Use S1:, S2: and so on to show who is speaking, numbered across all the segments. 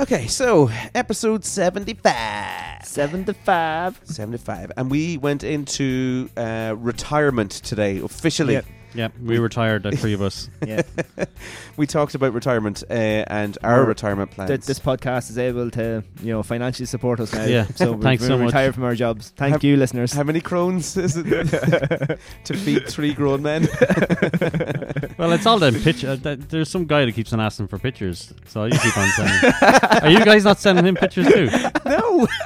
S1: Okay, so episode 75.
S2: 75.
S1: 75. And we went into uh, retirement today, officially.
S3: Yep. Yep, we retired, the three of us.
S2: Yeah.
S1: We talked about retirement uh, and our
S2: Or
S1: retirement plans.
S2: Th- this podcast is able to, you know, financially support us now.
S3: Yeah.
S2: So we're,
S3: Thanks
S2: we're
S3: so much.
S2: retired from our jobs. Thank
S1: Have-
S2: you, listeners.
S1: How many crones is it to feed three grown men?
S3: Well, it's all them picture. Uh, th- there's some guy that keeps on asking for pictures, so you keep on sending. Are you guys not sending him pictures too?
S1: no.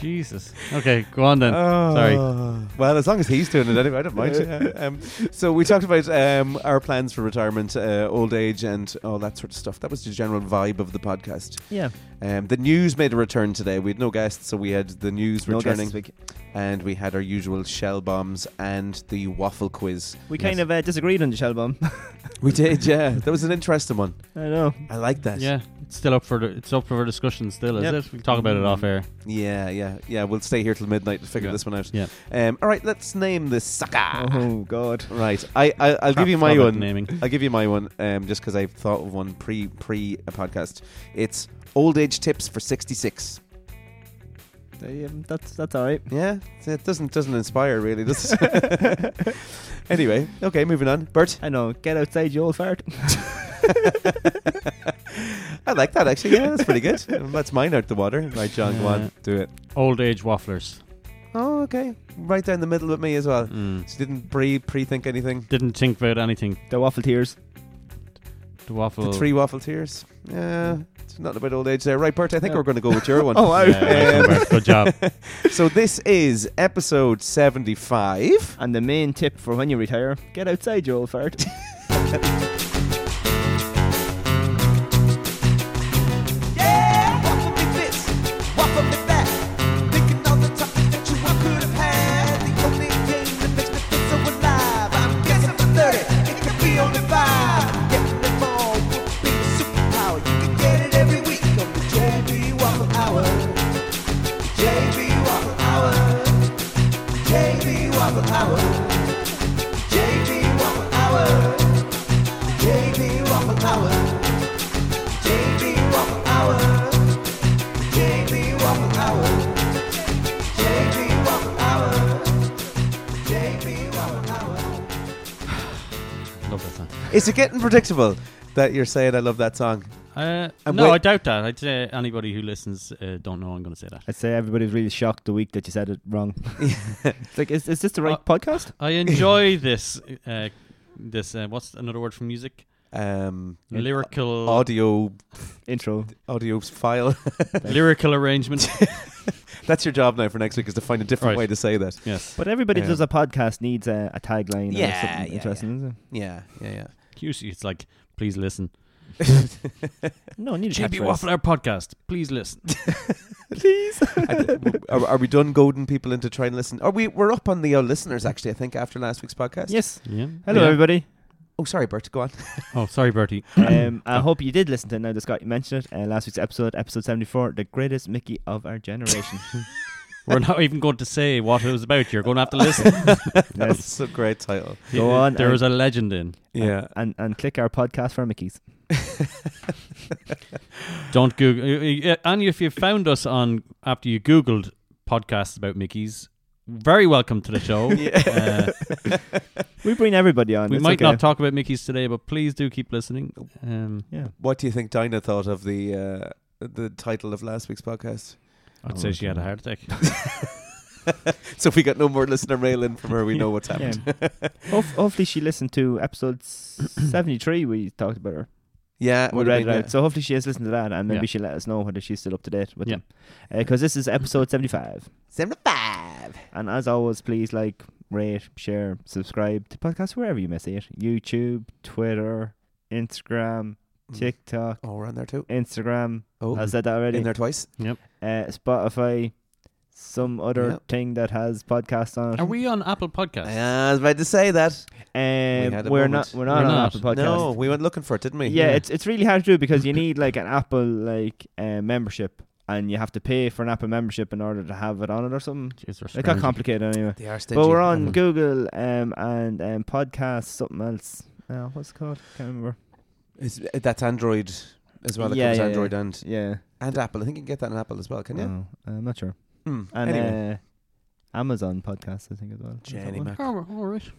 S3: Jesus. Okay, go on then. Sorry.
S1: Oh. Well, as long as he's doing it anyway, I don't mind. Uh, um, so we talked about um, our plans for retirement, uh, old age, and all that sort of stuff. That was the general vibe of the podcast.
S2: yeah.
S1: Um, the news made a return today. We had no guests, so we had the news
S2: No guests
S1: returning,
S2: this week.
S1: and we had our usual shell bombs and the waffle quiz.
S2: We kind of uh, disagreed on the shell bomb.
S1: We did, yeah. That was an interesting one.
S2: I know.
S1: I like that.
S3: Yeah, it's still up for the, it's up for discussion. Still, is
S2: Yep.
S3: it? We'll talk about it off air.
S1: yeah, yeah, yeah. We'll stay here till midnight to figure
S3: Yeah.
S1: this one out.
S3: Yeah.
S1: Um, all right, let's name this sucker.
S2: Oh, God.
S1: Right, I, I I'll give you my
S3: Proper
S1: one.
S3: naming.
S1: I'll give you my one. Um, just because I've thought of one pre pre a podcast. It's old age tips for sixty six.
S2: Um, that's that's all right.
S1: Yeah, it doesn't doesn't inspire really. Does it? anyway, okay, moving on. Bert,
S2: I know. Get outside, you old fart.
S1: I like that actually. Yeah, that's pretty good. That's mine out the water. Right, John, go
S3: Yeah.
S1: on, do it.
S3: Old age wafflers.
S1: Oh, okay, right down the middle with me as well.
S3: Mm.
S1: She didn't pre pre think anything.
S3: Didn't think about anything.
S2: the waffle tears.
S3: The waffle.
S1: The three waffle tears. Yeah, it's not about old age there. Right, Bert, I think we're going to go with your one.
S2: Oh, wow.
S3: Yeah, nice one, Bert. Good job.
S1: So this is episode 75.
S2: And the main tip for when you retire get outside, you old fart.
S4: Yeah, waffle me this, waffle me that. Thinking all the topics that you could have had. The only thing that makes me feel so alive. I'm guessing for 30, it could be only five. Getting them all would be a superpower. You can get it every week on the JB Waffle Hour. JB Waffle Hour. JB Waffle Hour. JB Waffle Hour. JB Waffle Hour. JB Waffle Hour. JB Waffle Hour. JB Waffle Hour. JB Waffle Hour.
S3: Love that song.
S1: Is it getting predictable that you're saying I love that song?
S3: Uh,
S1: And
S3: no,
S1: wait-
S3: I doubt that. I'd say anybody who listens uh, don't know I'm going to say that.
S2: I'd say everybody was really shocked the week that you said it wrong. it's like, is, is this the right podcast?
S3: I enjoy this. Uh, this uh, what's another word for music?
S1: Um,
S2: uh,
S3: Lyrical
S1: audio
S2: Intro.
S1: audio file.
S3: lyrical arrangement.
S1: That's your job now for next week is to find a different
S3: Right.
S1: way to say that.
S3: yes,
S2: But everybody
S1: Yeah.
S2: that does a podcast needs a, a tagline
S1: Yeah,
S2: or something
S1: yeah,
S2: interesting, isn't it?
S1: Yeah, yeah, yeah.
S3: usually it's like please listen.
S2: No, I need a
S3: JB
S2: catchphrase.
S3: Waffle Hour podcast. Please listen.
S2: Please.
S1: are, are we done goading people into try and listen? Are we? We're up on the uh, listeners actually. I think after last week's podcast.
S2: yes.
S3: Yeah.
S2: Hello,
S3: Yeah.
S2: everybody.
S1: Oh, sorry, Bert. Go on.
S3: Oh, sorry, Bertie.
S2: Um, I hope you did listen to it now that Scott you mentioned it. Uh, last week's episode, episode 74, the greatest Mickey of our generation.
S3: We're not even going to say what it was about. You're going to have to listen.
S2: yes.
S1: That's a great title.
S2: Go on uh,
S3: There
S2: and-
S3: was a legend in.
S1: Yeah.
S2: And, and click our podcast for Mickey's.
S3: Don't Google. uh, uh, And if you found us on after you Googled podcasts about Mickey's, very welcome to the show. Uh,
S2: We bring everybody on.
S3: we
S2: it's
S3: might
S2: okay.
S3: not talk about Mickey's today, but please do keep listening. Um,
S2: Yeah.
S1: What do you think Dinah thought of the uh, the title of last week's podcast?
S3: I'd say she had a heart attack.
S1: So if we got no more listener mail in from her, we know what's happened.
S2: yeah. Hof- hopefully, she listened to episode s- 73. We talked about her.
S1: Yeah,
S2: We
S1: would've
S2: read
S1: been, uh,
S2: it
S1: yeah.
S2: out. So, hopefully, she has listened to that and maybe
S3: Yeah.
S2: she'll let us know whether she's still up to date with
S3: Yeah.
S2: them. Because this is episode 75.
S1: 75.
S2: And as always, please like, rate, share, subscribe to podcasts wherever you may see it YouTube, Twitter, Instagram, TikTok,
S1: Oh, we're on there too.
S2: Instagram.
S1: Oh,
S2: I said that already.
S1: in there twice.
S2: Uh, Spotify, some other
S1: Yeah.
S2: thing that has podcasts on it.
S3: Are we on Apple Podcasts?
S1: I was about to say that.
S2: Um,
S1: had a
S2: we are
S1: moment.
S2: not. We're not
S3: We're
S2: on
S3: not.
S2: Apple Podcast.
S1: No, we went looking for it, didn't we?
S2: Yeah, it's it's really hard to do because you need like an Apple like uh, membership, and you have to pay for an Apple membership in order to have it on it or something.
S3: Jeez, we're
S2: It got
S3: strange.
S2: complicated anyway.
S1: they are stingy.
S2: But we're on
S3: Mhm.
S2: Google um, and um, podcast something else. Uh, what's it called? Can't remember.
S1: It's, uh, that's Android as well. It
S2: Yeah,
S1: covers
S2: yeah,
S1: Android and
S2: Yeah.
S1: and Apple. I think you can get that on Apple as well. Can you?
S2: Oh, I'm not sure.
S1: Hmm.
S2: And
S1: anyway,
S2: uh, Amazon podcast, I think as well. Is that
S1: Jenny
S2: one?
S1: Mac.
S3: Oh, all right.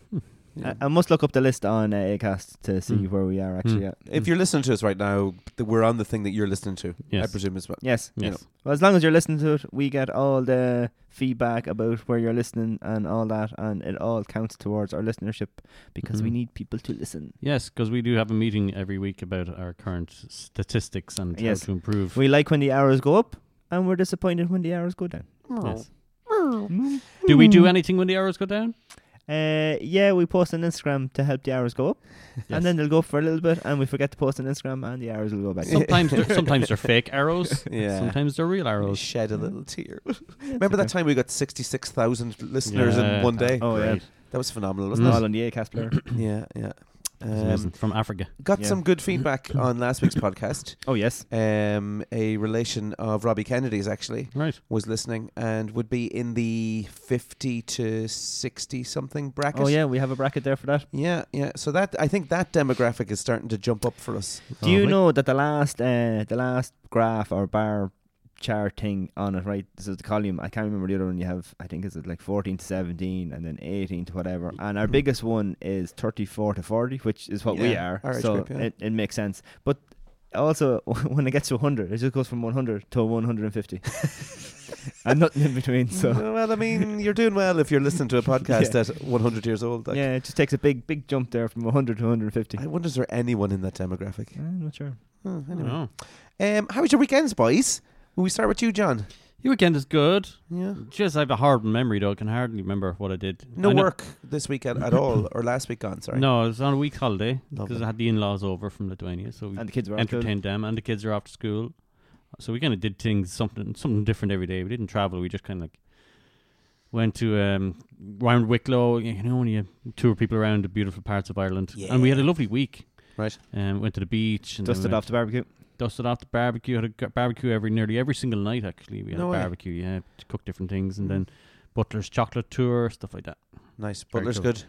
S1: Yeah.
S2: I, I must look up the list on uh, Acast to see
S3: Mm.
S2: where we are actually.
S3: Mm.
S2: At.
S1: if you're listening to us right now, th- we're on the thing that you're listening to. I
S3: Yes.
S1: presume as well.
S2: Yes.
S1: You
S3: Yes.
S2: Well, as long as you're listening to it, we get all the feedback about where you're listening and all that, and it all counts towards our listenership because we
S3: Mhm.
S2: need people to listen.
S3: Yes, because we do have a meeting every week about our current statistics and
S2: Yes.
S3: how to improve.
S2: We like when the hours go up, and we're disappointed when the hours go down.
S3: Yes. do we do
S2: Hmm.
S3: anything when the hours go down?
S2: Uh, yeah, we post on Instagram to help the hours go up,
S3: Yes.
S2: and then they'll go up for a little bit, and we forget to post on Instagram, and the hours will go back. down.
S3: Sometimes they're, sometimes they're fake arrows.
S1: Yeah.
S3: Sometimes they're real
S1: Let me
S3: arrows.
S1: Shed a little tear. Remember that time we got sixty-six thousand listeners
S3: Yeah,
S1: in one
S3: that
S1: day?
S3: was
S2: Oh, yeah.
S3: great.
S1: That was phenomenal,
S2: It's
S1: wasn't
S2: all on the Acast player.
S1: it? yeah, yeah.
S3: It's
S1: Um,
S3: amazing. From Africa.
S1: got
S2: Yeah.
S1: some good feedback on last week's podcast.
S2: oh yes.
S1: Um, a relation of Robbie Kennedy's actually
S3: Right.
S1: was listening and would be in the fifty to sixty something bracket.
S2: Oh yeah, we have a bracket there for that.
S1: Yeah, yeah. So that I think that demographic is starting to jump up for us.
S2: Do you know that the last uh, the last graph or bar chart thing on it, right? This is the column. I can't remember the other one you have. I think it's like 14 to 17 and then 18 to whatever.
S1: hmm.
S2: And our biggest one is 34 to 40, which is what we
S1: Yeah,
S2: are.
S1: our age
S2: so
S1: group, yeah.
S2: it, it makes sense. But also, when it gets to 100, it just goes from 100 to 150. and nothing in between. So.
S1: well, I mean, you're doing well if you're listening to a podcast
S2: Yeah.
S1: at 100 years old. Like,
S2: yeah, it just takes a big, big jump there from 100 to 150.
S1: I wonder is there anyone in that demographic?
S2: I'm not sure.
S1: Hmm, anyway.
S3: Oh.
S1: Um, how was your weekends, boys? Will we start with you, John?
S3: Your weekend is good.
S1: Yeah.
S3: Just I have a hard memory though. I can hardly remember what I did.
S1: No
S3: I know-
S1: work this weekend at all, or last week on, sorry.
S3: No, it was on a week's holiday because
S1: Lovely.
S3: I had the in-laws over from Lithuania, so we
S2: And the kids were after.
S3: entertained them, and the kids are after school. So we kind of did things something something different every day. We didn't travel. We just kind of like went to um, round Wicklow. You know, when you tour people around the beautiful parts of Ireland, and we had a lovely week.
S1: Right.
S3: Um, went to the beach and then we
S2: Dusted
S3: went-
S2: off the barbecue.
S3: dusted off the barbecue. Had a g- barbecue every nearly every single night. Actually, we had
S1: No
S3: a
S1: way.
S3: barbecue. Yeah, to cook different things,
S2: Mm.
S3: and then Butler's chocolate tour stuff like that.
S1: Nice.
S3: Very
S1: Butler's
S3: cool.
S1: good.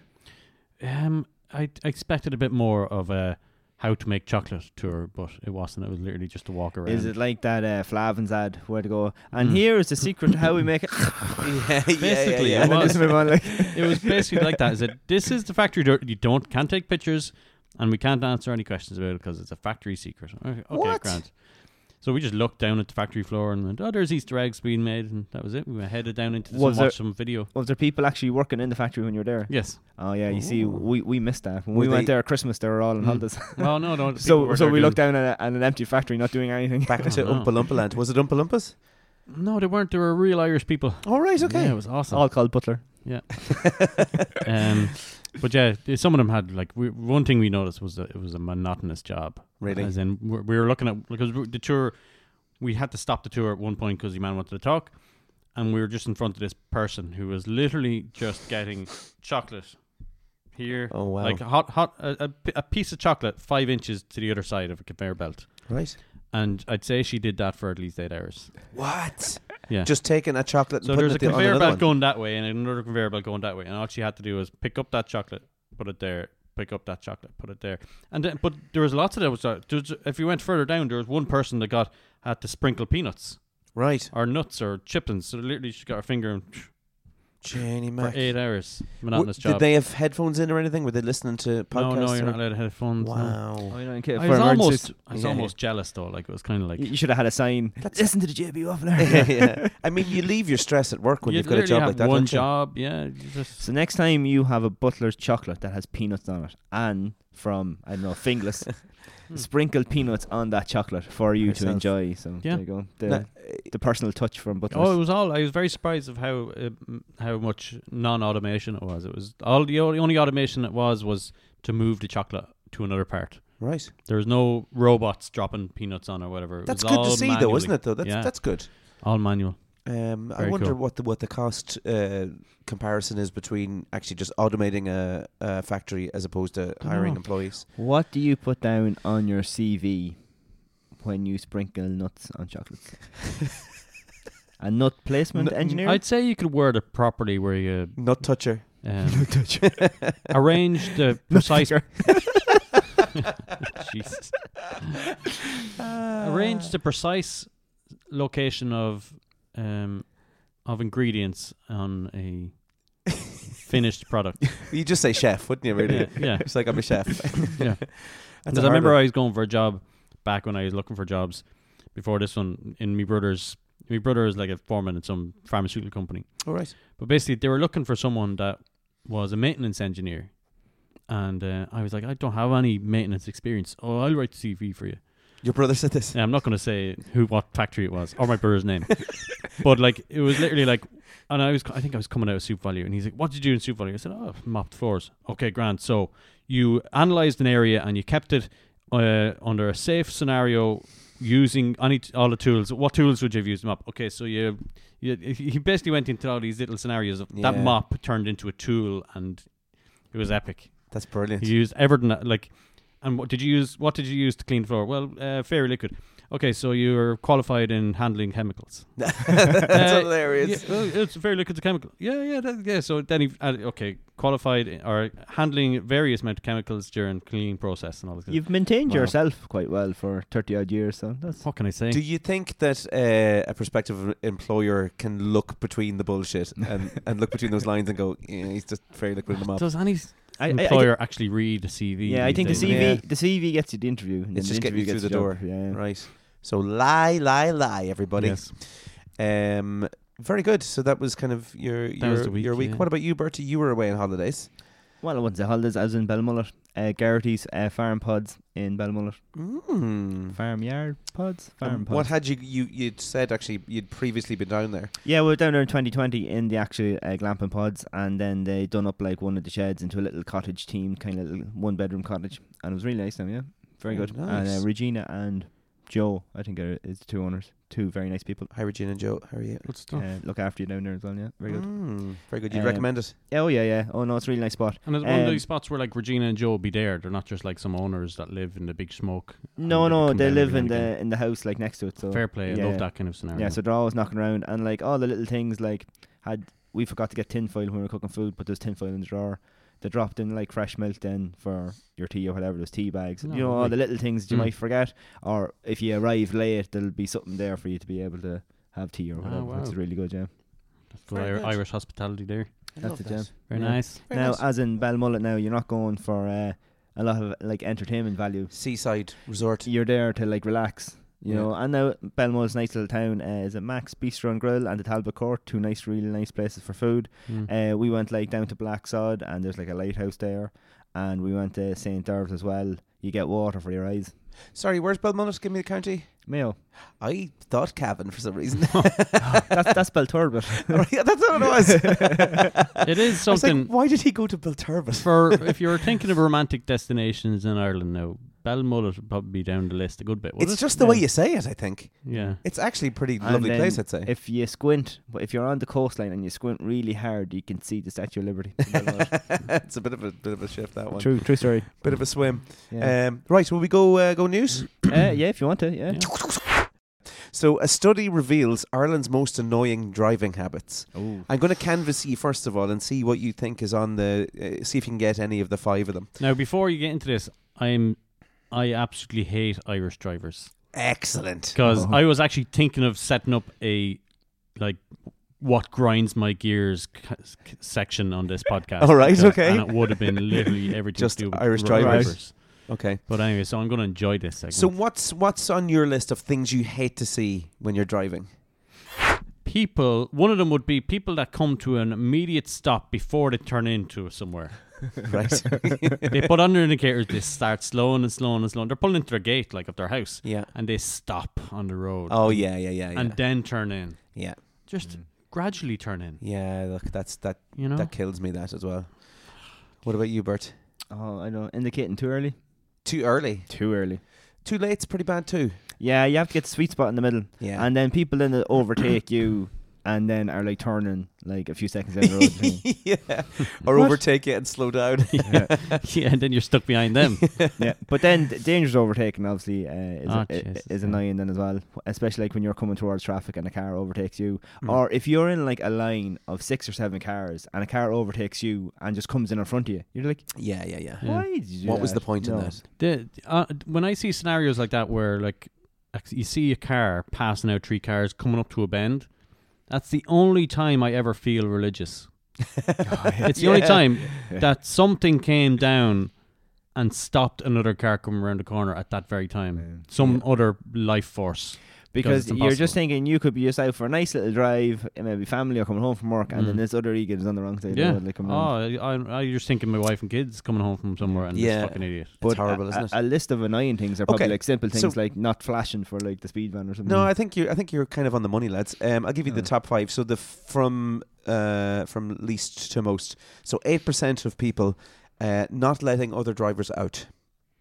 S3: Um, I, I expected a bit more of a how to make chocolate tour, but it wasn't. It was literally just a walk around.
S2: Is it like that uh, Flavin's ad where to go? And
S3: Mm.
S2: here is the secret to how we make it.
S1: yeah, yeah,
S3: Basically,
S1: yeah,
S3: it
S2: and then
S3: was.
S2: just move on. Like,
S3: It was basically like that. Is it? This is the factory door. You don't can't take pictures, and we can't answer any questions about it because it's a factory secret. Okay, okay
S1: What?
S3: grand. So we just looked down at the factory floor and went, "Oh, there's Easter eggs being made," and that was it. We were headed down into this
S2: Was
S3: and
S2: there-
S3: watched some video.
S2: was there people actually working in the factory when you were there?
S3: Yes.
S2: Oh yeah, you see,
S1: Ooh.
S2: we, we missed that when
S1: Were
S2: we went
S1: they-
S2: there at Christmas. They were all on
S3: Mm.
S2: holidays,
S3: Oh no, no. the people
S2: so
S3: were
S2: so
S3: there
S2: we
S3: doing-
S2: looked down at, a, at an empty factory, not doing anything.
S1: Back into
S3: Oh, no.
S1: Oompa Loompa Land. Was it Oompa Loompas?
S3: No, they weren't. They were real Irish people.
S1: All right, okay.
S3: Yeah, it was awesome.
S2: all called Butler.
S3: um, but yeah, th- some of them had like we, one thing we noticed was that it was a monotonous job.
S1: Really?
S3: as in we we were looking at because we- the tour, we had to stop the tour at one point because the man wanted to talk, and we were just in front of this person who was literally just getting chocolate here,
S1: Oh, wow.
S3: like hot, hot, a, a pi- a piece of chocolate five inches to the other side of a conveyor belt,
S1: right.
S3: and I'd say she did that for at least eight hours.
S1: What?
S3: Yeah,
S1: Just taking a chocolate
S3: so
S1: and putting
S3: there's a
S1: it the- on
S3: conveyor
S1: another
S3: belt
S1: one.
S3: going that way and another conveyor belt going that way, and all she had to do was pick up that chocolate, put it there, pick up that chocolate, put it there, and then but there was lots of those. uh, there's- If you went further down, there was one person that got had to sprinkle peanuts
S1: Right.
S3: or nuts or chippins. So literally, she got her finger and
S1: Janie
S3: for
S1: Mac.
S3: eight hours
S1: W-
S3: monotonous
S1: Did
S3: job.
S1: they have headphones in or anything? Were they listening to podcasts?
S3: no, no, you're
S1: or-
S3: not allowed to have phones. no.
S2: Oh,
S1: Wow.
S3: I was almost, I was almost jealous though. Like it was kind of like
S2: You should have had a sign. Listen to the JB Waffler.
S1: yeah. I mean, you leave your stress at work when
S3: you
S1: you've got a job
S3: have
S1: like that.
S3: one
S1: don't you?
S3: job, yeah. you just-
S2: so next time you have a Butler's chocolate that has peanuts on it, and from I don't know Finglas, sprinkle peanuts on that chocolate for you to
S1: Yourself.
S2: enjoy. So
S3: Yeah.
S2: there you go. The,
S1: Now,
S2: the personal touch from Butler's.
S3: Oh, it was all. I was very surprised of how uh, m- how much non-automation it was. It was all the only, only automation it was was to move the chocolate to another part.
S1: Right.
S3: There was no robots dropping peanuts on or whatever. It
S1: That's
S3: was
S1: good
S3: all
S1: to see, though,
S3: manually.
S1: isn't it? Though that's
S3: yeah,
S1: that's good.
S3: all manual.
S1: Um, I
S3: Very
S1: wonder
S3: cool.
S1: what the what the cost uh, comparison is between actually just automating a, a factory as opposed to hiring
S3: know.
S1: employees.
S2: What do you put down on your CV when you sprinkle nuts on chocolates? A nut placement
S1: N-
S2: engineer?
S3: I'd say you could word it properly where you
S1: Nut toucher.
S3: um, arrange the precise Jesus. Arrange the precise location of um, of ingredients on a finished product.
S1: You just say chef, wouldn't you? Really?
S3: Yeah, yeah.
S1: It's like I'm a chef.
S3: Yeah.
S1: That's
S3: Because
S1: a
S3: I remember
S1: harder-
S3: I was going for a job back when I was looking for jobs before this one in my brother's. My brother is like a foreman at some pharmaceutical company.
S1: All right.
S3: But basically, they were looking for someone that was a maintenance engineer. And uh, I was like, I don't have any maintenance experience. Oh, I'll write the CV for you.
S1: Your brother said this.
S3: And I'm not going to say who, what factory it was, or my brother's name. but like, it was literally like, and I was, I think I was coming out of Soup Value, and he's like, "What did you do in Soup Value?" I said, "Oh, mopped floors." Okay, grand. So you analyzed an area and you kept it uh, under a safe scenario using any all the tools. What tools would you have used to mop? Okay, so you, you he basically went into all these little scenarios of that
S1: Yeah.
S3: mop turned into a tool, and it was epic.
S1: That's brilliant.
S3: You used everything that- like, and what did you use? What did you use to clean the floor? Well, uh, fairy liquid. Okay, so you're qualified in handling chemicals.
S1: That's
S3: Uh,
S1: hilarious.
S3: Yeah, well, it's fairy liquid's a chemical. Yeah, yeah, that, yeah. So then he uh, okay, qualified in- or handling various amount of chemicals during cleaning process and all this. kind of-
S2: You've maintained
S3: Wow.
S2: yourself quite well for 30 odd years, so that's.
S3: What can I say?
S1: Do you think that uh, a prospective employer can look between the bullshit and, and look between those lines and go, yeah, he's just very liquid in the mouth.
S3: Does any s-
S2: I, I, I,
S3: employer actually read a CV?
S2: yeah, I
S3: these
S2: think the
S3: days?
S2: CV
S1: Yeah.
S2: the CV gets you the interview. And
S1: It's
S2: then
S1: just
S2: the
S1: getting you through
S2: interview
S1: the
S2: gets
S1: door,
S2: you job, Yeah.
S1: right? So lie, lie, lie, everybody.
S3: Yes.
S1: Um, very good. So that was kind of your your
S3: was the week,
S1: your week.
S3: yeah.
S1: What about you, Bertie? You were away on holidays.
S2: Well, I wouldn't say holidays. I was in Belmullet, uh, Garrity's uh, farm pods in Belmullet.
S1: Mm.
S2: Farm yard pods? Farm
S1: Um,
S2: pods.
S1: what had you you you'd said actually you'd previously been down there?
S2: Yeah, we were down there in 2020 in the actual uh, glamping pods, and then they done up like one of the sheds into a little cottage themed kind of little one bedroom cottage, and it was really nice. Now, yeah, very
S1: Oh,
S2: good.
S1: nice.
S2: And uh, Regina and Joe, I think, are is the two owners, two very nice people.
S1: Hi, Regina and Joe. How are you?
S3: Good stuff.
S2: Uh, look after you down there as well. Yeah, very good.
S1: Mm, very good. You'd
S2: Um,
S1: recommend it.
S2: Yeah, Oh yeah, yeah. Oh no, it's a really nice spot.
S3: And it's one of
S2: um,
S3: these spots where like Regina and Joe be there. They're not just like some owners that live in the big smoke. and
S2: No, no,
S3: come
S2: they
S3: down every
S2: live
S3: now
S2: in
S3: and again.
S2: the in the house like next to it. So
S3: Fair play. I
S2: yeah.
S3: love that kind of scenario.
S2: Yeah, so they're always knocking around, and like all the little things, like had we forgot to get tin foil when we were cooking food, but there's tin foil in the drawer. They dropped in like fresh milk then for your tea or whatever. There's tea bags,
S3: No,
S2: you know, all the
S3: lovely.
S2: little things that you
S3: Mm.
S2: might forget, or if you arrive late, there'll be something there for you to be able to have tea or
S3: Ah,
S2: whatever, which is
S3: wow.
S2: really good. Yeah,
S3: That's good.
S1: Very
S3: Ir-
S1: good.
S3: Irish hospitality there.
S1: I
S2: that's
S1: love
S2: the
S1: that.
S2: gem.
S3: Very
S2: Yeah.
S3: nice.
S1: Very
S2: now,
S1: nice.
S2: as in Belmullet, now you're not going for uh, a lot of like entertainment value.
S1: Seaside resort.
S2: You're there to like relax. You
S1: Yeah.
S2: know, and now Belmullet's nice little town uh, is it Max Bistro and Grill and the Talbot Court, two nice, really nice places for food.
S3: Mm.
S2: Uh, we went like down to Blacksod, and there's like a lighthouse there, and we went to St. Darbs as well. You get water for your eyes.
S1: Sorry, where's Belmullet? Give me the county.
S2: Mayo.
S1: I thought Cavan for some reason.
S2: That's that's Belturbet.
S1: That's what it was.
S3: it is
S1: I was like,
S3: something
S1: why did he go to Belturbet?
S3: for if you're thinking of romantic destinations in Ireland now. Belmullet would probably be down the list a good bit. would
S1: It's
S3: it?
S1: just the way you say it. I think
S3: yeah.
S1: it's actually a pretty
S2: And
S1: lovely
S2: then
S1: place. I'd say.
S2: If you squint, but if you're on the coastline and you squint really hard, you can see the Statue of Liberty.
S1: it's a bit of a bit of a shift that one. uh,
S2: true, true story.
S1: Bit of a swim.
S2: Yeah.
S1: Um, right, will we go uh, go news?
S2: Uh, yeah, if you want to, yeah.
S3: Yeah.
S1: So, a study reveals Ireland's most annoying driving habits.
S2: Oh,
S1: I'm going to canvass you first of all and see what you think is on the. Uh, see if you can get any of the five of them.
S3: Now before you get into this, I'm I absolutely hate Irish drivers
S1: Excellent.
S3: because
S2: Oh.
S3: I was actually thinking of setting up a like what grinds my gears c- c- section on this podcast.
S1: All right,
S3: because-
S1: okay.
S3: And it would have been literally everything
S1: Just
S3: to do with
S1: Irish
S3: r-
S1: drivers. Okay.
S3: But anyway, so I'm going to enjoy this segment.
S1: So, what's what's on your list of things you hate to see when you're driving?
S3: people one of them would be people that come to an immediate stop before they turn into somewhere
S1: Right.
S3: they put on their indicators they start slowing and slowing and slowing they're pulling into their gate like of their house
S1: yeah.
S3: and they stop on the road
S1: Oh yeah, yeah, yeah, yeah.
S3: and then turn in
S1: yeah.
S3: just gradually turn in
S1: Yeah. Look, that's that.
S3: you know
S1: That kills me. That as well. What about you, Bert?
S2: oh, I know, indicating too early.
S1: Too early.
S2: Too early.
S1: Too late's pretty bad too.
S2: Yeah, you have to get the sweet spot in the middle.
S1: Yeah.
S2: And then people then overtake you and then are like turning like a few seconds down the road. between.
S1: yeah. Or overtake it and slow down.
S3: yeah, and then you're stuck behind them.
S2: yeah. But then d- dangerous overtaking obviously uh, is,
S3: Oh,
S2: i- i-
S3: Jesus,
S2: is
S3: yeah.
S2: annoying then as well, especially like when you're coming towards traffic and a car overtakes you.
S1: Mm.
S2: Or if you're in like a line of six or seven cars and a car overtakes you and just comes in in front of you, you're like,
S1: yeah, yeah, yeah.
S3: Yeah.
S2: why did you do
S1: What was
S2: that?"
S1: the point
S2: No.
S1: in that?
S3: The, uh, when I see scenarios like that where like ac- you see a car passing out three cars coming up to a bend, that's the only time I ever feel religious. It's the only
S1: Yeah.
S3: time that something came down and stopped another car coming around the corner at that very time. Some other life force. Because
S2: Because
S3: it's
S2: you're just
S3: impossible.
S2: thinking you could be just out for a nice little drive, and maybe family or coming home from work, and then
S3: Mm.
S2: this other egan is on the wrong side of
S3: Yeah.
S2: the road. Like, coming
S3: oh,
S2: around.
S3: I, I, I'm just thinking my wife and kids coming home from somewhere and
S1: Yeah.
S3: this fucking idiot.
S1: It's horrible,
S3: uh,
S2: a,
S1: isn't it?
S2: A, a list of annoying things are probably
S1: Okay,
S2: like simple
S1: so-
S2: things like not flashing for like the speed van or something.
S3: mm.
S1: No, I think you. I think you're kind of on the money, lads. Um, I'll give you the
S2: Uh.
S1: top five. So the f- from uh, from least to most. So eight percent of people uh, not letting other drivers out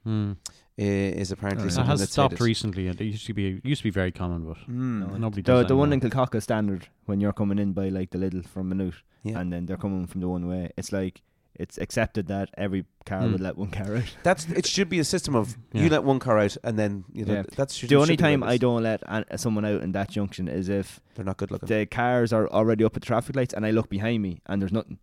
S3: Hmm.
S1: i- is apparently
S2: Alright.
S3: Oh, That
S1: something
S3: has
S1: that's
S3: stopped
S1: hated.
S3: recently. It used to be used to be very common, but
S1: Mm.
S2: No,
S3: nobody
S2: the
S3: does
S2: the
S3: that
S2: one
S3: now.
S2: in Kilcock is standard when you're coming in by like the little from Minute,
S1: Yeah.
S2: and then they're coming from the one way. It's like it's accepted that every car
S1: Hmm.
S3: Mm.
S2: would let one car out.
S1: That's it. Should be a system of you
S3: Yeah.
S1: let one car out and then you know
S2: Yeah.
S1: that's should,
S2: The only
S1: should be
S2: time
S1: what it
S2: I
S1: is.
S2: don't let an, someone out in that junction is if
S1: They're not good looking.
S2: the cars are already up at the traffic lights and I look behind me and there's nothing.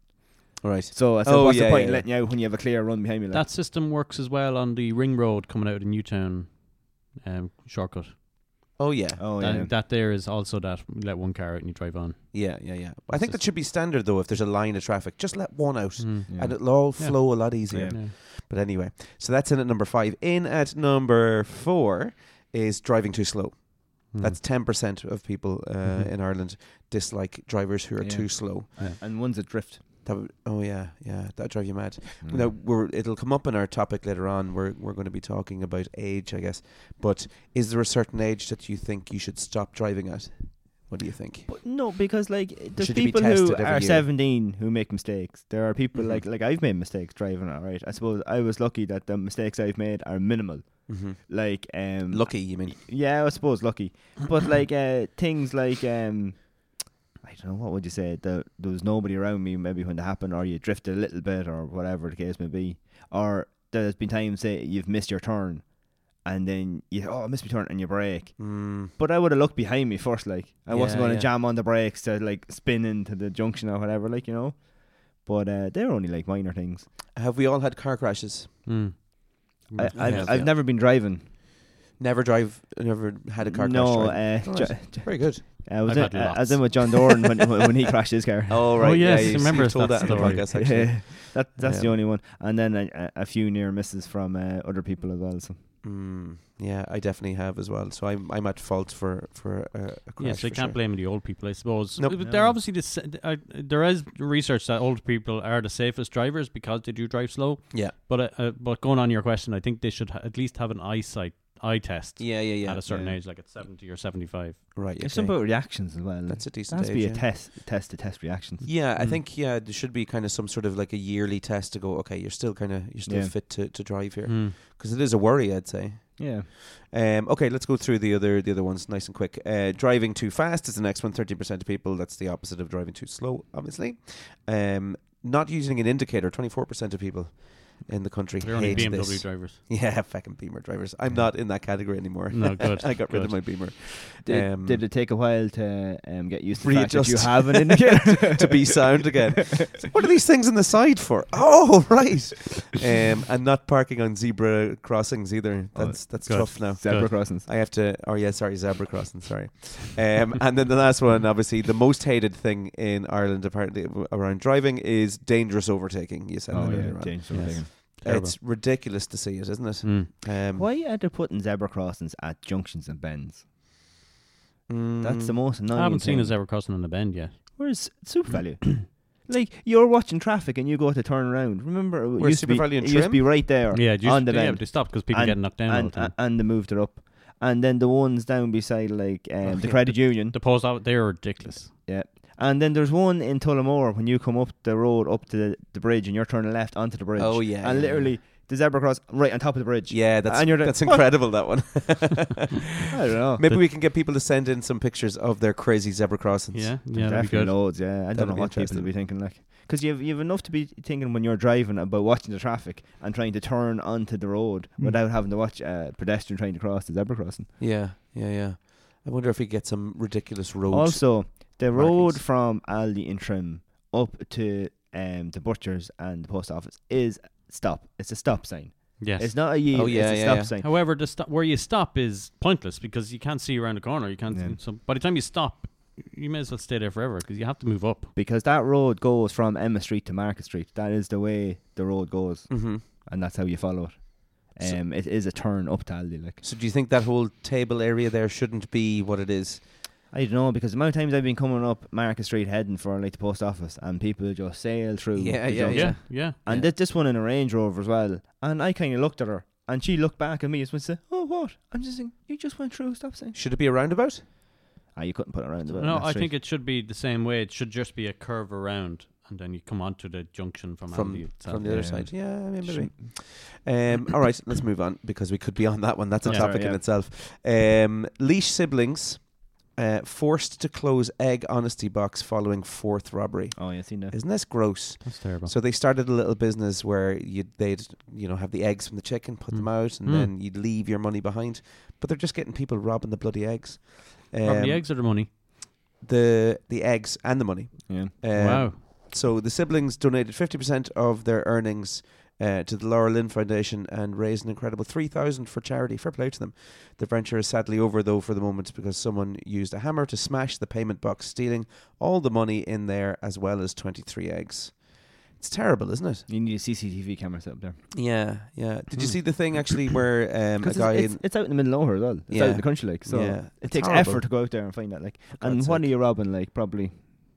S1: right.
S2: So I said,
S1: Oh,
S2: what's
S1: yeah,
S2: the point
S1: yeah,
S2: in
S1: yeah.
S2: letting you out when you have a clear run behind me? Like?
S3: That system works as well on the ring road coming out of Newtown um, shortcut.
S1: Oh yeah.
S2: oh
S3: that,
S2: yeah.
S3: that there is also that let one car out and you drive on.
S1: Yeah, yeah, yeah. I think that should be standard though. If there's a line of traffic, just let one out,
S2: Mm, Yeah.
S1: and it'll all
S3: Yeah.
S1: flow a lot easier.
S2: Yeah.
S3: Hmm. Yeah.
S1: But anyway, so that's in at number five. In at number four is driving too slow.
S2: Mm.
S1: That's ten percent of people uh,
S3: Mhm.
S1: in Ireland dislike drivers who are
S2: Mm-hmm. Yeah.
S1: too slow.
S2: and one's adrift.
S1: That would, oh yeah, yeah, that drive you mad. Now we're it'll come up in our topic later on. We're we're going to be talking about age, I guess. But is there a certain age that you think you should stop driving at? What do you think?
S2: But no, because like there's
S1: Should you be
S2: people who
S1: tested every
S2: are
S1: year?
S2: 17 who make mistakes. There are people
S1: Mhm.
S2: like like I've made mistakes driving. All right, I suppose I was lucky that the mistakes I've made are minimal.
S1: Mm-hmm.
S2: Like um,
S1: Lucky, you mean?
S2: yeah, I suppose lucky. But like uh, things like um, I don't know what would you say. The, there was nobody around me maybe when that happened, or you drifted a little bit, or whatever the case may be. Or there's been times say you've missed your turn, and then you oh I missed my turn and you brake.
S1: Mm.
S2: But I would have looked behind me first, like I wasn't
S1: Yeah,
S2: going to
S1: yeah.
S2: jam on the brakes to like spin into the junction or whatever, like you know. But uh, they're only like minor things.
S1: Have we all had car crashes?
S3: Mm.
S2: I,
S3: Mm.
S2: I've,
S1: have,
S2: I've
S1: yeah.
S2: never been driving.
S1: Never drive. Never had a car crash.
S2: no,
S1: driving?
S2: uh,
S1: Nice.
S2: Jo- Jo-
S1: Very good.
S2: I was
S3: I've
S2: in,
S3: had
S2: uh, I was
S3: lots.
S2: in with John Doran when, when he crashed his car.
S1: Oh right,
S3: right, yeah, yes,
S1: yeah,
S3: you- you remember told that that
S1: on
S3: story.
S1: the podcast actually.
S2: yeah, that, that's the
S1: Yeah.
S2: only one. And then a, a a few near misses from uh, other people as well. So
S1: Mm, yeah, I definitely have as well. So I'm I'm at fault for for a, a crash.
S3: Yes, I
S1: for
S3: can't
S1: sure.
S3: blame the old people, I suppose.
S1: Nope.
S3: But They're
S2: No.
S3: obviously the sa- uh, there is research that old people are the safest drivers because they do drive slow.
S1: Yeah.
S3: But uh, uh, but going on your question, I think they should ha- at least have an eyesight eye test
S1: Yeah, yeah, yeah.
S3: at a certain
S2: yeah.
S3: age, like at seventy or seventy-five.
S1: Right.
S2: it's something
S1: okay.
S2: about reactions as well.
S1: That's a decent.
S2: has to
S1: age,
S2: be a
S1: yeah.
S2: test, test to test reactions.
S1: Yeah, I
S3: Mm.
S1: think yeah, there should be kind of some sort of like a yearly test to go. Okay, you're still kind of you're still
S2: Yeah.
S1: fit to, to drive here
S3: Mm.
S1: because it is a worry, I'd say.
S2: Yeah,
S1: Um, okay, let's go through the other the other ones nice and quick. Uh, driving too fast is the next one. Thirteen percent of people. That's the opposite of driving too slow, obviously. Um, not using an indicator. Twenty four percent of people in the country
S3: They're only
S1: hate
S3: BMW
S1: this.
S3: drivers.
S1: Yeah, fucking Beamer drivers. I'm not in that category anymore.
S3: No, good,
S1: I got rid of
S3: good.
S1: my Beamer.
S2: did,
S1: Um,
S2: did it take a while to um, get used to the fact that you
S1: readjust.
S2: have an indicator?
S1: to be sound again. So what are these things on the side for? Oh, right. Um, and not parking on zebra crossings either.
S2: Oh,
S1: That's that's
S3: good.
S1: tough now.
S2: zebra
S3: Good.
S2: crossings.
S1: I have to. Oh yeah, sorry, zebra crossing. Sorry. Um, and then the last one, obviously, the most hated thing in Ireland apparently w- around driving is dangerous overtaking. You said
S2: Oh,
S1: that
S2: yeah,
S1: earlier on.
S2: dangerous
S3: Yes.
S2: overtaking.
S3: Terrible.
S1: It's ridiculous to see it, isn't it?
S2: Hmm.
S3: Mm.
S1: Um,
S2: Why are they putting zebra crossings at junctions and bends? That's the
S1: mm,
S2: most annoying.
S3: I haven't seen
S2: thing.
S3: us ever crossing on the bend yet.
S2: Where's super value? like you're watching traffic and you go to turn around. Remember, it
S1: Where's
S2: used to
S1: Super
S2: be
S1: Value and
S2: it used to
S1: Trim?
S2: be right there.
S3: Yeah, just,
S2: on the
S3: yeah,
S2: bend.
S3: they stopped because people
S2: And-
S3: get knocked down all the
S2: and,
S3: time.
S2: and and they moved it up. And then the ones down beside like um, the
S3: yeah,
S2: credit union.
S3: the post out they are ridiculous.
S2: and then there's one in Tullamore when you come up the road up to the, the bridge and you're turning left onto the bridge.
S1: Oh, yeah,
S2: And
S1: yeah,
S2: literally the zebra cross right on top of the bridge.
S1: Yeah, that's
S2: and you're like,
S1: that's
S2: "What?"
S1: incredible. That one.
S2: I don't know.
S1: Maybe we can get people to send in some pictures of their crazy zebra crossings.
S3: Yeah, yeah, that'd be
S2: Definitely
S3: good.
S2: loads. Yeah, I
S1: That'd
S2: don't know
S1: be
S2: what people
S1: interesting.
S2: will be thinking like because you've you've enough to be thinking when you're driving about watching the traffic and trying to turn onto the road
S1: Hmm.
S2: without having to watch a pedestrian trying to cross the zebra crossing.
S1: yeah, yeah, yeah. I wonder if we get some ridiculous roads.
S2: Also, the road
S1: markings.
S2: from Aldi in Trim up to um, the butchers and the post office is stop. It's a stop sign.
S3: Yes.
S2: It's not a yield.
S1: Oh, yeah,
S2: it's a
S1: yeah,
S2: stop
S1: yeah.
S2: sign.
S3: However, the stop where you stop is pointless because you can't see around the corner. You can't.
S2: Yeah.
S3: So by the time you stop, you may as well stay there forever because you have to move up.
S2: Because that road goes from Emma Street to Market Street. That is the way the road goes,
S1: hmm
S2: and that's how you follow it.
S1: So-
S2: Um, it is a turn up to Aldi. Like
S1: So do you think that whole table area there shouldn't be what it is?
S2: I don't know because the amount of times I've been coming up Market Street heading for like the post office, and people just sail through.
S1: Yeah,
S2: the
S1: yeah,
S2: junction.
S3: Yeah, yeah.
S2: And thi- this one in a Range Rover as well. And I kind of looked at her, and she looked back at me as well and said, "Oh, what?" I'm just thinking, "You just went through a stop sign."
S1: Should it be a roundabout?
S2: Ah, you couldn't put it around.
S3: No, I think it should be the same way. It should just be a curve around, and then you come onto the junction from
S1: From-
S3: Aldi itself.
S1: From the other
S2: yeah.
S1: side, yeah, I mean, maybe.
S2: Shouldn't-
S1: Um, all right, let's move on because we could be on that one. That's a
S2: Yeah.
S1: topic
S2: Sorry,
S1: in
S2: yeah.
S1: itself. Um, leash siblings uh, forced to close egg honesty box following fourth robbery.
S2: Oh, yeah, seen that.
S1: Isn't this gross?
S3: That's terrible.
S1: So they started a little business where you they'd you know have the eggs from the chicken, put them out, and
S3: Mm.
S1: then you'd leave your money behind. But they're just getting people robbing the bloody eggs, um,
S3: From the eggs or the money?
S1: the the eggs and the money.
S2: Yeah.
S1: Um,
S3: wow.
S1: So the siblings donated fifty percent of their earnings. Uh, to the Laura Lynn Foundation and raised an incredible three thousand for charity. Fair play to them. The venture is sadly over though for the moment because someone used a hammer to smash the payment box, stealing all the money in there as well as twenty three eggs. It's terrible, isn't it?
S2: You need a CCTV camera set up there
S1: Yeah, yeah. Did you see the thing actually where um, a
S2: Hmm. because
S1: guy
S2: it's,
S1: in
S2: it's, it's out in the middle of nowhere as well. It's out
S1: Yeah.
S2: in the country, like so.
S1: Yeah.
S2: It
S1: It's
S2: takes
S1: horrible.
S2: effort to go out there and find that, like.
S1: For
S2: And
S1: God's
S2: what are
S1: sake.
S2: you robbing? Like probably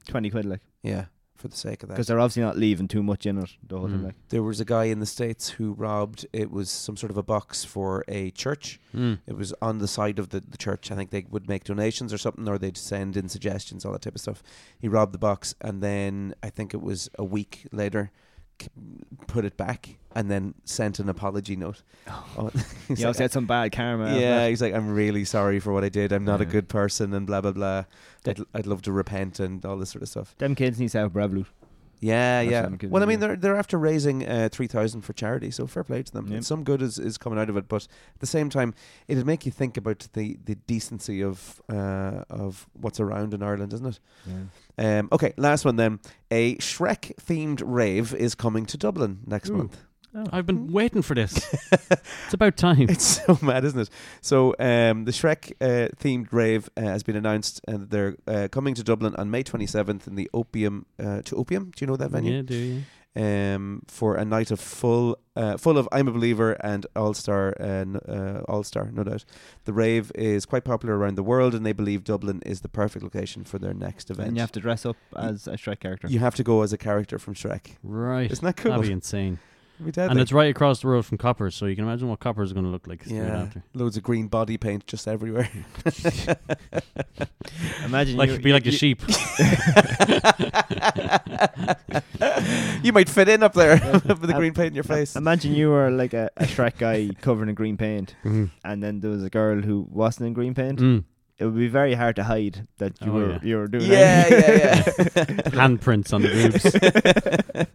S2: twenty quid, like
S1: yeah for the sake of
S2: because
S1: that?
S2: they're obviously not leaving too much in it. The whole thing,
S3: Mm.
S2: like.
S1: There was a guy in the states who robbed. It was some sort of a box for a church.
S2: Hmm.
S3: Mm.
S1: It was on the side of the, the church. I think they would make donations or something, or they'd send in suggestions, all that type of stuff. He robbed the box, and then I think it was a week later, c- put it back, and then sent an apology note. Oh, he's
S2: You
S1: like,
S2: also had some bad karma. after
S1: Yeah,
S2: that.
S1: he's like, I'm really sorry for what I did. I'm not a
S2: Yeah.
S1: good person, and blah blah blah.
S2: That-
S1: I'd, I'd love to repent and all this sort of stuff.
S2: Them kids need to have Brevloot.
S1: Yeah,
S2: That's
S1: yeah.
S2: what I'm giving
S1: Well, I
S2: you.
S1: mean, they're they're after raising uh, three thousand for charity, so fair play to them.
S2: Yeah.
S1: And Some good is, is coming out of it, but at the same time, it'd make you think about the, the decency of uh, of what's around in Ireland, isn't it? Um, okay, last one then. A Shrek themed rave is coming to Dublin next
S3: Ooh.
S1: month.
S3: I've been waiting for this. it's about time.
S1: It's so mad, isn't it? So um, the Shrek uh, themed rave uh, has been announced, and they're uh, coming to Dublin on May twenty seventh in the Opium uh, to Opium. Do you know that venue?
S3: Yeah, do you?
S1: um, for a night of full, uh, full of I'm a Believer and All Star, uh, n- uh, All Star, no doubt. The rave is quite popular around the world, and they believe Dublin is the perfect location for their next event.
S2: And you have to dress up as a Shrek character.
S1: You have to go as a character from Shrek.
S3: Right.
S1: Isn't that cool?
S3: That'd be insane.
S1: We did
S3: and it's right across the road from Coppers, so you can imagine what Coppers is going to look like soon
S1: yeah,
S3: after.
S1: loads of green body paint just everywhere.
S2: Imagine
S3: Like
S2: you,
S3: it'd be like a sheep.
S1: you might fit in up there with the
S2: Um,
S1: green paint in your face.
S2: Imagine you were like a, a Shrek guy covered in green paint, and then there was a girl who wasn't in green paint.
S3: Mm.
S2: It would be very hard to hide that you
S3: Oh,
S2: were
S3: yeah.
S2: you were doing.
S1: Yeah, yeah,
S2: anything.
S1: yeah.
S3: Handprints on the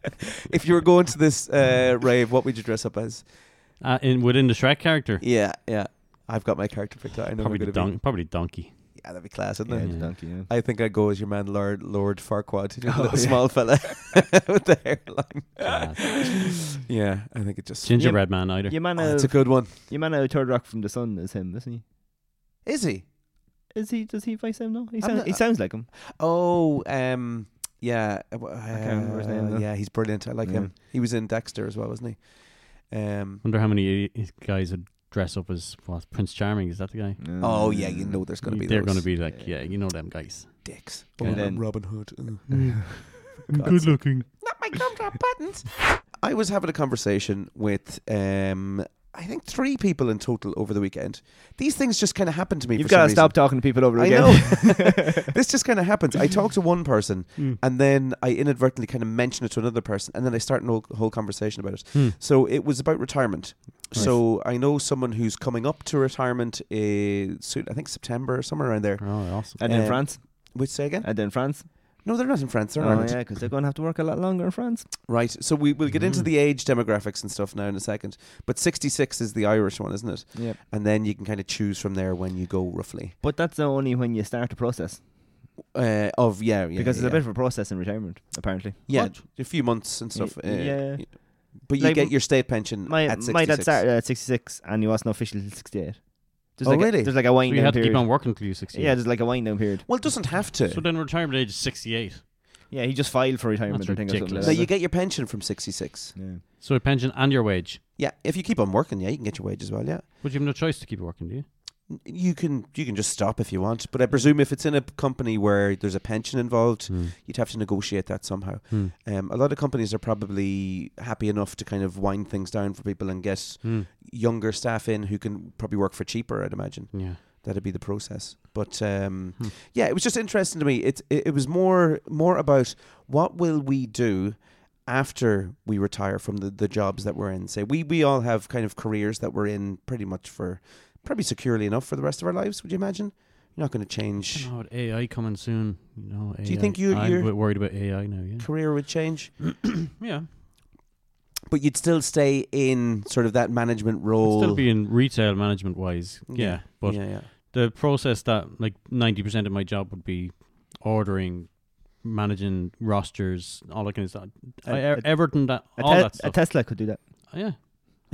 S3: boobs.
S1: if you were going to this uh, rave, what would you dress up as?
S3: Uh, in within the Shrek character,
S1: Yeah, yeah. I've got my character picked out. I know
S3: probably
S1: we're
S3: the
S1: gonna
S3: don- probably donkey.
S1: be. Yeah, that'd be class,
S2: Yeah,
S1: wouldn't
S2: the
S1: it?
S3: Yeah.
S2: donkey. Yeah.
S1: I think I'd go as your man, Lord Lord Farquaad, you know,
S2: Oh,
S1: the
S2: yeah.
S1: small fella with the hairline.
S3: Yeah.
S1: Yeah, I think it just.
S3: Gingerbread man either.
S2: Your
S1: Oh,
S2: man,
S1: that's a
S2: out,
S1: good one.
S2: your man out of Third Rock from the Sun is him, isn't he?
S1: Is he?
S2: Is he? Does he voice him now? He,
S1: I'm
S2: sound,
S1: not- uh,
S2: he sounds like him.
S1: Oh, um, yeah. uh, w-
S2: can't remember his
S1: uh,
S2: name now.
S1: Yeah, he's brilliant. I like
S2: Yeah.
S1: him. He was in Dexter as well, wasn't he? Um,
S3: Wonder how many i- guys would dress up as what Prince Charming? Is that the guy?
S2: Mm.
S1: oh yeah, you know there's going to be.
S3: They're
S1: going
S3: to be like, yeah, you know them guys.
S1: dicks.
S3: Yeah.
S1: Oh,
S3: And
S2: then-
S1: Robin Hood.
S2: uh.
S1: Ugh.
S3: Good looking.
S1: not my gumdrop buttons. I was having a conversation with um I I think three people in total over the weekend. These things just kind of happen to me.
S2: You've
S1: got to
S2: stop talking to people over
S1: I
S2: again.
S1: know. this just kind of happens. I talk to one person,
S2: Hmm.
S3: Mm.
S1: and then I inadvertently kind of mention it to another person, and then I start a whole, whole conversation about it.
S3: Hmm.
S1: So it was about retirement. So I know someone who's coming up to retirement uh, soon. I think September, somewhere around there.
S3: Oh, awesome.
S2: And then
S1: Uh,
S2: France.
S1: Which say again?
S2: And then France.
S1: No, they're not in France. They're in
S2: Oh,
S1: Ireland.
S2: yeah, because they're going to have to work a lot longer in France.
S1: Right. So we will get
S2: Hmm.
S1: into
S3: Mm.
S1: the age demographics and stuff now in a second. But 66 is the Irish one, isn't it?
S2: Yep.
S1: And then you can kind of choose from there when you go roughly.
S2: But that's only when you start the process.
S1: Uh, of yeah, yeah
S2: because
S1: yeah.
S2: it's a bit of a process in retirement, apparently.
S1: yeah,
S3: What?
S1: a few months and stuff. uh,
S2: Y- yeah.
S1: y- But you
S2: Like,
S1: get your state pension
S2: My
S1: at 66.
S2: my dad started at 66 and he wasn't officially till 68. There's
S1: Oh,
S2: like
S1: really?
S2: A, there's like a
S3: So
S2: wind
S3: you
S2: down
S3: had to
S2: period.
S3: keep on working until you succeed.
S2: yeah, there's like a wind down period.
S1: Well, it doesn't have to.
S3: So then retirement age is 68.
S2: Yeah, he just filed for retirement,
S3: That's
S2: I think, or something like
S3: ridiculous.
S1: no,
S2: that.
S1: you get your pension from 66.
S2: yeah.
S3: So your pension and your wage.
S1: Yeah, if you keep on working, yeah, you can get your wage as well, yeah.
S3: But you have no choice to keep working, do you?
S1: N- You can you can just stop if you want, but I presume if it's in a p- company where there's a pension involved, you'd have to negotiate that somehow.
S3: Hmm.
S1: Um, a lot of companies are probably happy enough to kind of wind things down for people and get
S3: Hmm.
S1: younger staff in who can probably work for cheaper. I'd imagine
S2: Hmm.
S3: Hmm. Yeah.
S1: that'd be the process. But um,
S3: Hmm.
S1: yeah, it was just interesting to me. It, it it was more more about what will we do after we retire from the, the jobs that we're in. Say we we all have kind of careers that we're in pretty much for probably securely enough for the rest of our lives. Would you imagine? You're not going to change.
S3: Oh, AI coming soon. You know,
S1: Do you
S3: AI.
S1: think you-
S3: I'm
S1: you're-
S3: a bit worried about AI now? Yeah.
S1: Career would change.
S3: Yeah.
S1: but you'd still stay in sort of that management role.
S3: Still be in retail management wise. Yeah.
S1: Yeah.
S3: But
S1: yeah, yeah.
S3: the process that like ninety percent of my job would be ordering, managing rosters, all that kind of stuff.
S2: A-
S3: I,
S2: a-
S3: everything that
S2: A,
S3: all
S2: te-
S3: that
S2: a
S3: stuff.
S2: Tesla could do that.
S3: yeah.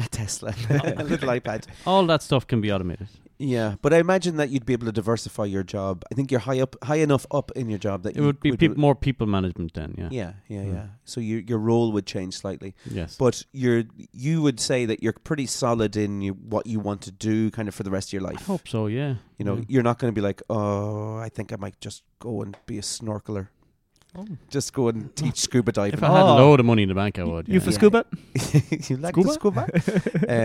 S1: A Tesla, a little iPad.
S3: All that stuff can be automated.
S1: Yeah, but I imagine that you'd be able to diversify your job. I think you're high up, high enough up in your job that
S3: It
S1: you
S3: would be
S1: be-
S3: peop more people management then. Yeah.
S1: Yeah, yeah,
S3: Mm.
S1: yeah. So your your role would change slightly,
S3: Yes.
S1: but you're you would say that you're pretty solid in you, what you want to do, kind of for the rest of your
S3: I
S1: life.
S3: hope so. Mm. Yeah.
S1: You know,
S3: Yeah.
S1: you're not going to be like, oh, I think I might just go and be a snorkeler, just go and teach scuba diving.
S3: Oh. If I had
S2: Oh.
S3: a load of money in the bank, I would.
S2: You
S3: Yeah.
S2: for
S1: Yeah.
S2: scuba?
S1: you like the scuba?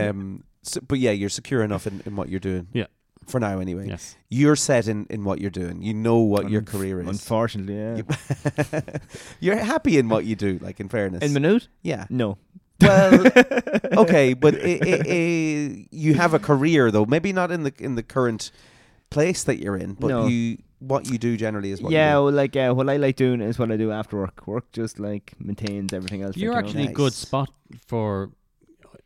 S1: um, so, but yeah, you're secure enough in, in what you're doing.
S3: Yeah.
S1: For now, anyway.
S3: Yes.
S1: You're set in, in what you're doing. You know what your
S2: Unf-
S1: career is.
S2: Unfortunately, yeah.
S1: you're happy in what you do, like, in fairness.
S2: In Minute?
S1: yeah.
S2: No.
S1: Well, okay, but i i i you have a career, though. Maybe not in the in the current place that you're in, but
S2: No.
S1: you what you do generally is what
S2: Yeah,
S1: you do.
S2: well, like uh, what I like doing is what I do after work. Work just like maintains everything else.
S3: You're
S2: like, you know.
S3: actually a good
S1: Nice.
S3: spot for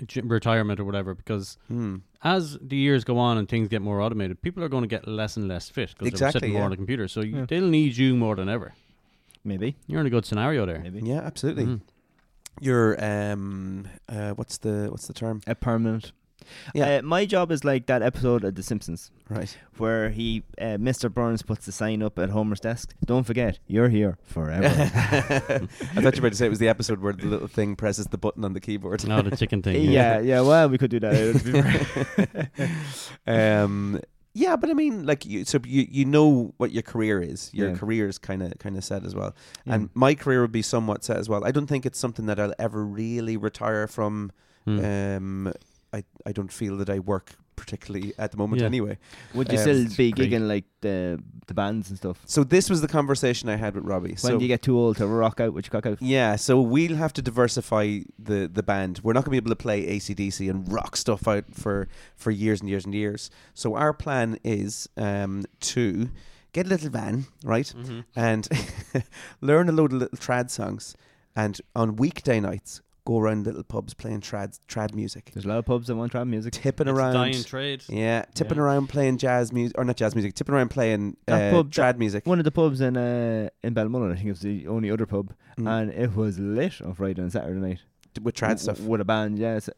S3: j- retirement or whatever because
S1: Hmm.
S3: as the years go on and things get more automated, people are going to get less and less fit because
S1: Exactly,
S3: they're sitting more
S1: yeah.
S3: on the computer. So you,
S2: Yeah.
S3: they'll need you more than ever.
S2: maybe,
S3: You're in a good scenario there.
S2: maybe
S1: Yeah, absolutely.
S3: Mhm.
S1: You're um uh what's the what's the term?
S2: a permanent.
S1: Yeah.
S2: Uh, my job is like that episode of The Simpsons
S1: Right.
S2: where he, uh, Mr. Burns, puts the sign up at Homer's desk. Don't forget, you're here forever.
S1: I thought you were about to say it was the episode where the little thing presses the button on the keyboard.
S3: Now the chicken thing.
S2: yeah, yeah. Well, we could do that. It would be-
S1: um, yeah, but I mean, like, you, so you you know what your career is. Your
S2: Yeah.
S1: career is kind of kind of set as well,
S2: Yeah.
S1: and my career would be somewhat set as well. I don't think it's something that I'll ever really retire from.
S3: Hmm.
S1: Um, I I don't feel that I work particularly at the moment
S3: Yeah.
S1: anyway.
S2: Would you
S1: Um,
S2: still be
S3: great.
S2: gigging like the the bands and stuff?
S1: So this was the conversation I had with Robbie.
S2: When
S1: so
S2: do you get too old to rock out with your cock out?
S1: Yeah, so we'll have to diversify the, the band. We're not going to be able to play ACDC and rock stuff out for, for years and years and years. So our plan is um, to get a little van, right?
S2: Mm-hmm.
S1: And learn a load of little trad songs. And on weekday nights, go around little pubs playing trad, trad music,
S2: There's a lot of pubs that want trap music.
S1: tipping
S3: It's a
S1: around.
S3: dying trade.
S1: yeah, tipping
S3: Yeah.
S1: around playing jazz music, or not jazz music, tipping around playing uh,
S2: That pub-
S1: trad
S2: that-
S1: music.
S2: One of the pubs in uh, in Belmullen, I think it was the only other pub,
S1: Mm.
S2: and it was lit on Friday and Saturday night.
S1: with trad
S2: W-
S1: stuff.
S2: with a band, yeah. s-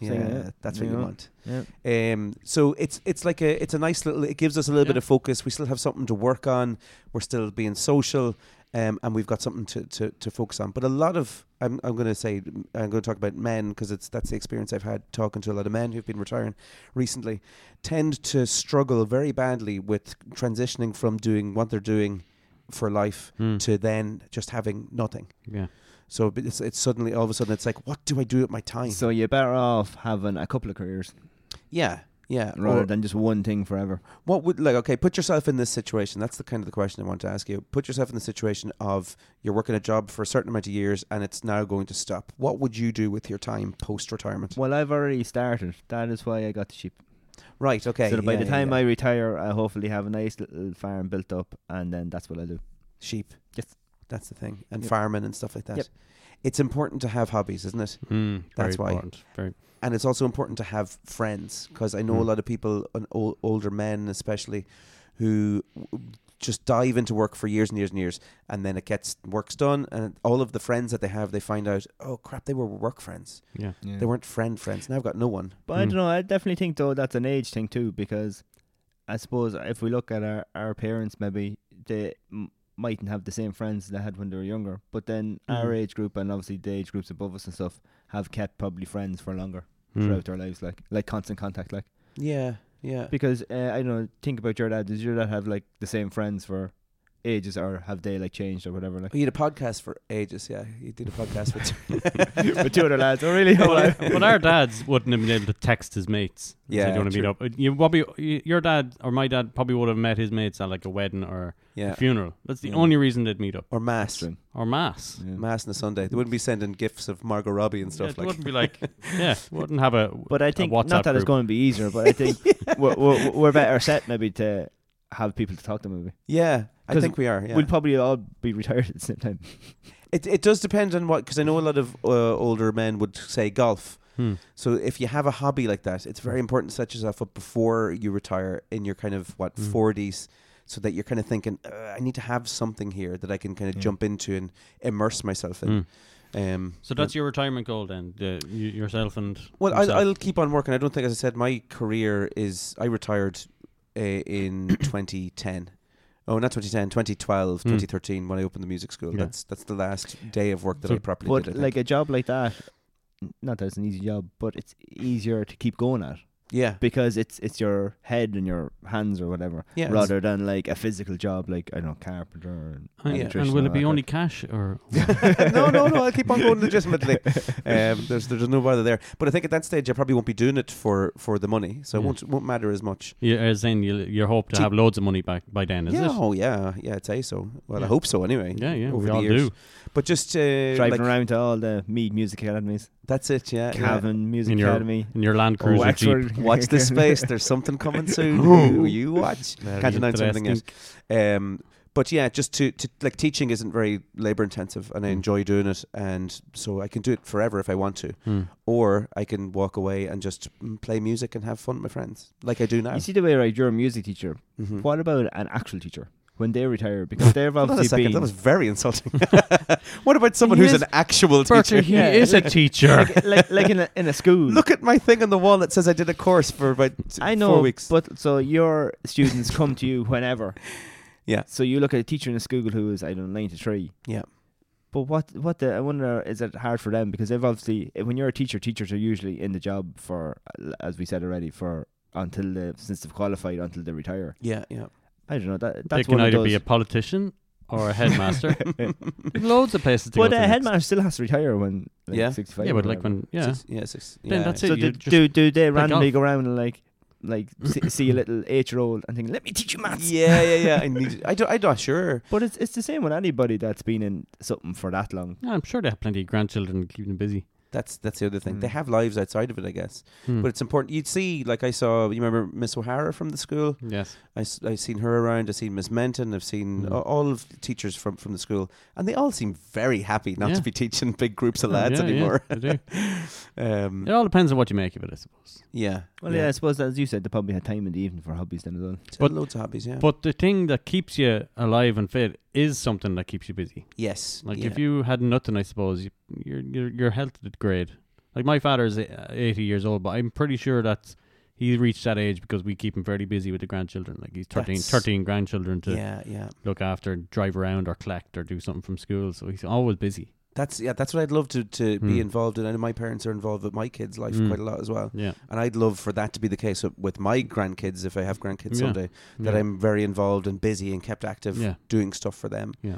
S2: singing
S1: yeah,
S2: it,
S1: that's what you
S2: know?
S1: want.
S2: Yeah.
S1: Um, so it's it's like a it's a nice little. It gives us a little bit
S3: Yeah.
S1: of focus. We still have something to work on. We're still being social, um, and we've got something to, to, to focus on. But a lot of I'm I'm going to say I'm going to talk about men because it's that's the experience I've had talking to a lot of men who've been retiring recently. Tend to struggle very badly with transitioning from doing what they're doing for life
S3: Hmm.
S1: to then just having nothing.
S3: Yeah.
S1: So it- it's, it's suddenly all of a sudden it's like, what do I do with my time?
S2: So you're better off having a couple of careers
S1: yeah, yeah.
S2: rather
S1: Or
S2: than just one thing forever.
S1: what would like okay? Put yourself in this situation. That's the kind of the question I want to ask you. Put yourself in the situation of you're working a job for a certain amount of years and it's now going to stop. What would you do with your time post retirement?
S2: Well, I've already started. That is why I got the sheep.
S1: Right. Okay.
S2: so that by
S1: yeah,
S2: the
S1: yeah,
S2: time
S1: yeah.
S2: I retire, I hopefully have a nice little farm built up, and then that's what I do.
S1: sheep.
S2: Yes.
S1: That's the thing, and
S2: Yep.
S1: farming and stuff like that.
S2: Yep.
S1: It's important to have hobbies, isn't it?
S3: Mm,
S1: That's why.
S3: very Important. Very.
S1: and it's also important to have friends because I know a
S3: Mm.
S1: lot of people, and ol- older men especially, who w- just dive into work for years and years and years, and then it gets work's done, and all of the friends that they have, they find out, oh crap, they were work friends,
S3: Yeah.
S1: they weren't friend friends. Now I've got no one.
S2: But I
S3: Mm.
S2: don't know. I definitely think though that's an age thing too, because I suppose if we look at our, our parents, maybe they m- mightn't have the same friends they had when they were younger. But then our
S1: Mhm.
S2: age group and obviously the age groups above us and stuff have kept probably friends for longer
S1: Hmm.
S3: Mm.
S2: throughout their lives, like like constant contact, like
S1: Yeah, yeah.
S2: because uh, I don't know. Think about your dad. Does your dad have like the same friends for ages, or have they like changed or whatever? Like
S1: He oh, had a podcast for ages. Yeah, he did a podcast with
S2: with two other lads. Oh really? Oh,
S3: but,
S2: wow.
S3: but our dads wouldn't have been able to text his mates. and say,
S1: Yeah,
S3: do you want to meet
S1: true.
S3: up? Uh, You probably y- your dad or my dad probably would have met his mates at like a wedding or
S1: yeah,
S3: a funeral. That's the
S2: Yeah.
S3: only reason they'd meet up
S1: or mass,
S2: True.
S3: or mass.
S2: Yeah.
S1: mass on a Sunday. They wouldn't be sending gifts of Margot Robbie and
S3: Yeah,
S1: stuff
S3: it
S1: like.
S3: wouldn't be like yeah, wouldn't have a.
S2: But I
S3: a
S2: think
S3: WhatsApp
S2: not that it's
S3: group.
S2: going to be easier, but I think we're, we're, we're better set maybe to have people to talk to. Maybe
S1: Yeah, I
S2: 'Cause
S1: think we are. Yeah.
S2: we'll probably all be retired at the same time.
S1: It it does depend on what because I know a lot of uh, older men would say golf.
S3: Hmm.
S1: So if you have a hobby like that, it's very important to set yourself up before you retire in your kind of what
S3: Hmm.
S1: forties, so that you're kind of thinking, uh, I need to have something here that I can kind of
S3: Hmm.
S2: Yeah.
S1: jump into and immerse myself in. Um,
S3: So that's your retirement goal then, the, you, yourself and
S1: well, I'll,
S3: himself.
S1: I'll keep on working. I don't think, as I said, my career is. I retired uh, in 2010. Oh, not 2010, 2012,
S3: Hmm.
S1: 2013 when I opened the music school.
S3: Yeah.
S1: That's that's the last day of work that
S3: So-
S1: I properly
S2: But
S1: did. I think.
S2: like a job like that, n- not that it's an easy job, but it's easier to keep going at
S1: yeah,
S2: because it's it's your head and your hands or whatever,
S1: Yeah, it's-
S2: rather than like a physical job like I don't know carpenter. And,
S3: Oh, And,
S1: Yeah.
S3: and
S2: electrician
S3: will
S2: or
S3: it be
S2: that
S3: only
S2: kind
S3: cash or
S1: no, no, no. I'll keep on going legitimately. Um, there's there's no bother there. But I think at that stage I probably won't be doing it for, for the money, so it
S3: Yeah.
S1: won't won't matter as much.
S3: you as in you you hope to
S1: Do-
S3: have loads of money back by then, is
S1: yeah,
S3: it?
S1: oh yeah, yeah. I'd say so. Well, I
S3: Yeah.
S1: hope so anyway.
S3: Yeah, yeah,
S1: Over
S3: we
S1: the
S3: all
S1: years.
S3: do.
S1: But just uh,
S2: Driving
S1: like,
S2: around to all the Mead Music Academies,
S1: That's it. Yeah. yeah.
S2: Cavan Music
S3: In your-
S2: Academy, Oh,
S3: In your Land Cruiser Jeep.
S2: Wexford.
S1: Watch this space. There's something coming soon. Ooh, you watch.
S3: Very
S1: Can't announce anything yet.
S3: interesting.
S1: Um, but yeah, just to, to like teaching isn't very labor intensive, and I
S2: Hmm.
S3: Mm.
S1: enjoy doing it, and so I can do it forever if I want to,
S3: Hmm.
S1: or I can walk away and just mm, play music and have fun with my friends, like I do now.
S2: You see the way right? You're a music teacher.
S1: Mhm.
S2: What about an actual teacher when they retire? Because they've
S1: Hold on a
S2: obviously
S1: second,
S2: been.
S1: that was very insulting. what about someone
S3: He
S1: who's
S3: is-
S1: an actual teacher?
S3: Bertie, he is a teacher.
S2: like, like, like in a in a school.
S1: Look at my thing on the wall that says I did a course for about t-
S2: I know,
S1: four weeks.
S2: but so your students come to you whenever.
S1: Yeah.
S2: So you look at a teacher in a school who is I don't know ninety three.
S1: Yeah.
S2: But what what the I wonder is it hard for them because they've obviously eh, when you're a teacher, teachers are usually in the job for as we said already for until the since they've qualified until they retire.
S1: yeah, yeah.
S2: I don't know that
S3: They
S2: that's
S3: can
S2: one of
S3: either
S2: those.
S3: be a politician or a headmaster. There's loads of places to
S2: but
S3: go.
S2: a
S3: to next.
S2: headmaster still has to retire when like,
S1: Yeah.
S2: sixty five.
S3: Yeah, but like when yeah.
S1: Six- yeah, six-
S3: Then
S1: yeah.
S3: that's it.
S2: So
S3: you
S2: do,
S3: just-
S2: do do they
S3: play
S2: randomly
S3: golf.
S2: go around and like like see, see a little eight year old and think let me teach you maths?
S1: Yeah, yeah, yeah. I need. I don't. I'm not sure.
S2: But it's it's the same with anybody that's been in something for that long.
S3: Yeah, I'm sure they have plenty of grandchildren keeping them busy.
S1: That's that's the other thing. They
S2: Mm.
S1: have lives outside of it, I guess.
S3: Hmm.
S1: But it's important. You'd see, like I saw. You remember Miss O'Hara from the school?
S3: yes,
S1: I, have seen her around. I've seen Miss Menton. I've seen
S3: Mm.
S1: a- all of the teachers from, from the school, and they all seem very happy not
S3: Yeah. Oh,
S1: to be teaching big groups of lads
S3: Yeah, yeah,
S1: anymore.
S3: they do.
S1: Um,
S3: It all depends on what you make of it, I suppose.
S1: Yeah.
S2: Well, yeah. I suppose as you said, they probably had time in the evening for hobbies then as well.
S1: So
S3: But-
S1: loads of hobbies. Yeah.
S3: But the thing that keeps you alive and fit is something that keeps you busy.
S1: yes.
S3: Like
S1: yeah.
S3: if you had nothing, I suppose you, your your your health did great. Like my father is uh, eighty years old, but I'm pretty sure that he reached that age because we keep him fairly busy with the grandchildren. Like he's 13,
S1: That's-
S3: 13 grandchildren to
S1: Yeah, yeah.
S3: look after, drive around, or collect, or do something from school. So he's always busy.
S1: That's yeah. That's what I'd love to, to be
S3: Mm.
S1: involved in. I know my parents are involved with my kids' life
S3: Mm.
S1: quite a lot as well,
S3: Yeah,
S1: and I'd love for that to be the case with- with my grandkids if I have grandkids
S3: Yeah.
S1: someday. That
S3: yeah.
S1: I'm very involved and busy and kept active
S3: Yeah.
S1: doing stuff for them.
S3: Yeah.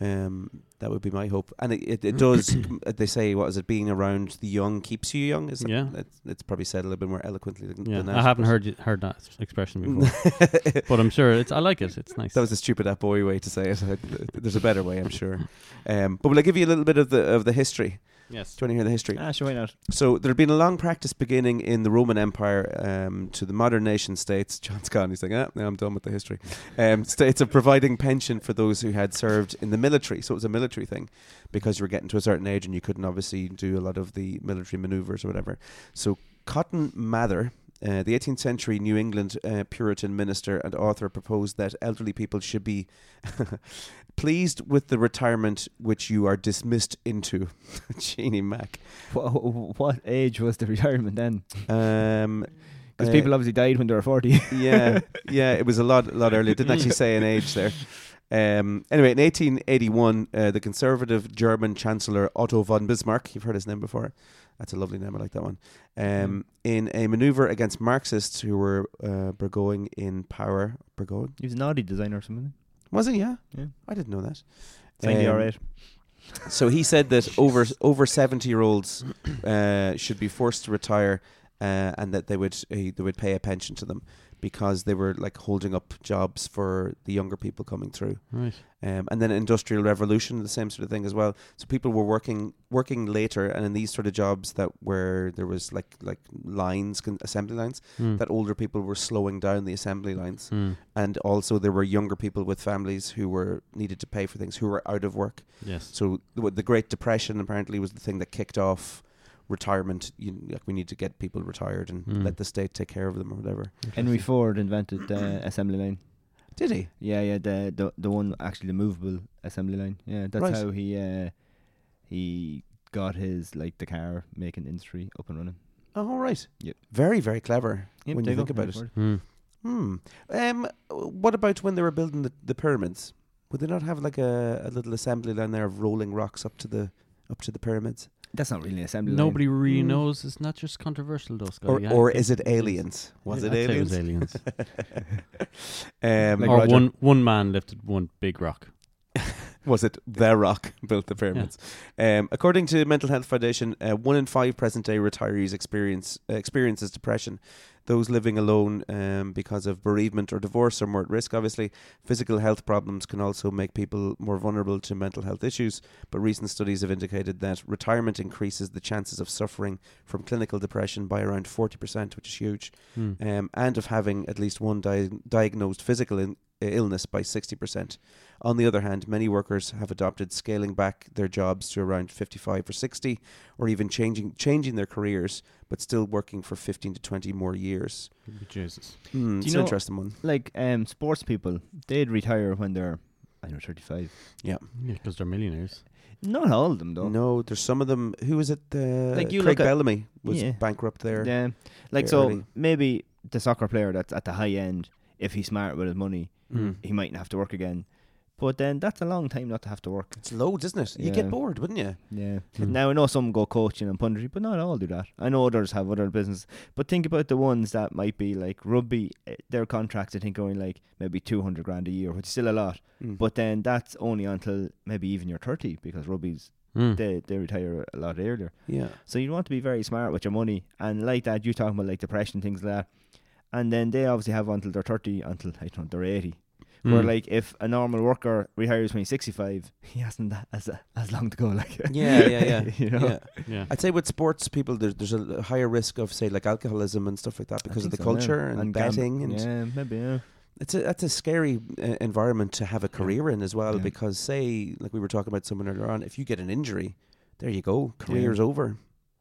S1: Um, that would be my hope, and it, it, it does. uh, they say, what is it? Being around the young keeps you young. Is that-
S3: Yeah.
S1: that's- It's probably said a little bit more eloquently than,
S3: Yeah,
S1: than that.
S3: I haven't
S1: but-
S3: heard you, heard that s- expression before, but I'm sure it's. I like it. It's nice.
S1: That was a stupid app boy way to say it. There's a better way, I'm sure. Um, but will I give you a little bit of the of the history?
S3: yes.
S1: Do you want to hear the history?
S2: Ah, sure, why not?
S1: So there had been a long practice beginning in the Roman Empire um, to the modern nation states. John's gone. He's like, ah, now I'm done with the history. Um, states of providing pension for those who had served in the military. So it was a military thing because you were getting to a certain age and you couldn't obviously do a lot of the military maneuvers or whatever. So Cotton Mather. Uh, the 18th century New England uh, Puritan minister and author proposed that elderly people should be pleased with the retirement which you are dismissed into. Jeannie Mac.
S2: What, what age was the retirement then?
S1: Um,
S2: Because
S1: uh,
S2: people obviously died when they were 40.
S1: yeah, yeah, it was a lot, lot earlier. It didn't actually say an age there. Um, anyway, in 1881, uh, the conservative German Chancellor Otto von Bismarck, you've heard his name before. That's a lovely name. I like that one.
S2: Mm.
S1: Um, in a maneuver against Marxists who were uh, Burgoyne in power. Burgoyne?
S2: he was an Audi designer or something. eh?
S1: Was he? Yeah.
S2: Yeah.
S1: I didn't know that.
S2: Thank you,
S1: Um,
S2: alright.
S1: So he said that over over seventy year olds uh, should be forced to retire, uh, and that they would uh, they would pay a pension to them because they were like holding up jobs for the younger people coming through.
S3: Right.
S1: Um, and then industrial revolution, the same sort of thing as well. So people were working working later, and in these sort of jobs that where there was like like lines, con- assembly lines,
S3: Mm.
S1: that older people were slowing down the assembly lines
S3: Mm.
S1: and also there were younger people with families who were needed to pay for things who were out of work.
S3: Yes.
S1: So the the Great Depression apparently was the thing that kicked off retirement. You, like we need to get people retired and
S3: Mm.
S1: let the state take care of them or whatever.
S2: Henry Ford invented the assembly line.
S1: Did he?
S2: Yeah, yeah, the the the one actually the movable assembly line. Yeah, that's
S1: Right.
S2: how he uh he got his like the car making industry up and running.
S1: Oh, all right.
S2: Yep.
S1: Very very clever
S2: Yep,
S1: when
S2: there
S1: you
S2: go,
S1: think about it.
S2: Henry Ford.
S3: Mm.
S1: Hmm. Um. What about when they were building the, the pyramids? Would they not have like a, a little assembly line there of rolling rocks up to the up to the pyramids?
S2: That's not really an assembly line.
S3: Nobody really
S1: Mm.
S3: knows. It's not just controversial, though, Scotty.
S1: Or
S3: Oh, I
S1: or
S3: think
S1: is it
S3: is.
S1: aliens? Was
S3: I'd
S1: it
S3: say it was
S1: aliens?
S3: aliens.
S1: um,
S2: Like
S3: or
S2: Roger.
S3: Oh, one one man lifted one big rock.
S1: was it the rock built the pyramids um, according to mental health foundation uh, one in five present day retirees experience uh, experiences depression those living alone um, because of bereavement or divorce are more at risk obviously physical health problems can also make people more vulnerable to mental health issues but recent studies have indicated that retirement increases the chances of suffering from clinical depression by around 40% which is huge
S3: Hmm.
S1: um, and of having at least one di- diagnosed physical in- illness by 60%. On the other hand, many workers have adopted scaling back their jobs to around 55 or 60 or even changing changing their careers but still working for 15 to 20 more years.
S3: Jesus.
S1: Hmm,
S2: Do you
S1: it's an
S2: know-
S1: interesting one.
S2: Like um sports people, they'd retire when they're I don't know, thirty five.
S3: Yeah, because they're millionaires.
S2: Not all of them though.
S1: No, there's some of them who was it the
S2: Like you
S1: Craig
S2: look at-
S1: Bellamy was
S2: Yeah.
S1: bankrupt there.
S2: Yeah. Like
S1: Yeah,
S2: so
S1: really.
S2: maybe the soccer player that's at the high end, if he's smart with his money,
S3: Mm.
S1: Hmm.
S2: Mm. he mightn't have to work again. But then that's a long time not to have to work.
S1: It's loads, isn't it? You
S2: Yeah.
S1: get bored, wouldn't you?
S2: Yeah.
S3: Hmm.
S2: Now I know some go coaching and punditry, but not all do that. I know others have other business, but think about the ones that might be like rugby. eh, Their contracts, I think, are only like maybe two hundred grand a year, which is still a lot.
S1: Hmm.
S2: But then that's only until maybe even you're thirty, because rugby's
S1: Hmm.
S3: Mm.
S2: they they retire a lot earlier.
S1: yeah.
S2: So you want to be very smart with your money, and like that, you talking about like depression things like that, and then they obviously have until they're thirty, until I don't know they're eighty. Where
S1: Hmm.
S3: Mm.
S2: like if a normal worker retires when he's sixty five, he hasn't that as as long to go. Like
S1: Yeah, yeah, yeah.
S2: you know.
S1: yeah.
S3: yeah.
S1: I'd say with sports people, there's, there's a higher risk of say like alcoholism and stuff like that because of the culture and, betting and
S2: yeah, maybe yeah.
S1: it's a that's a scary uh, environment to have a career in as well
S2: Yeah.
S1: because say like we were talking about someone earlier on if you get an injury there you go career's over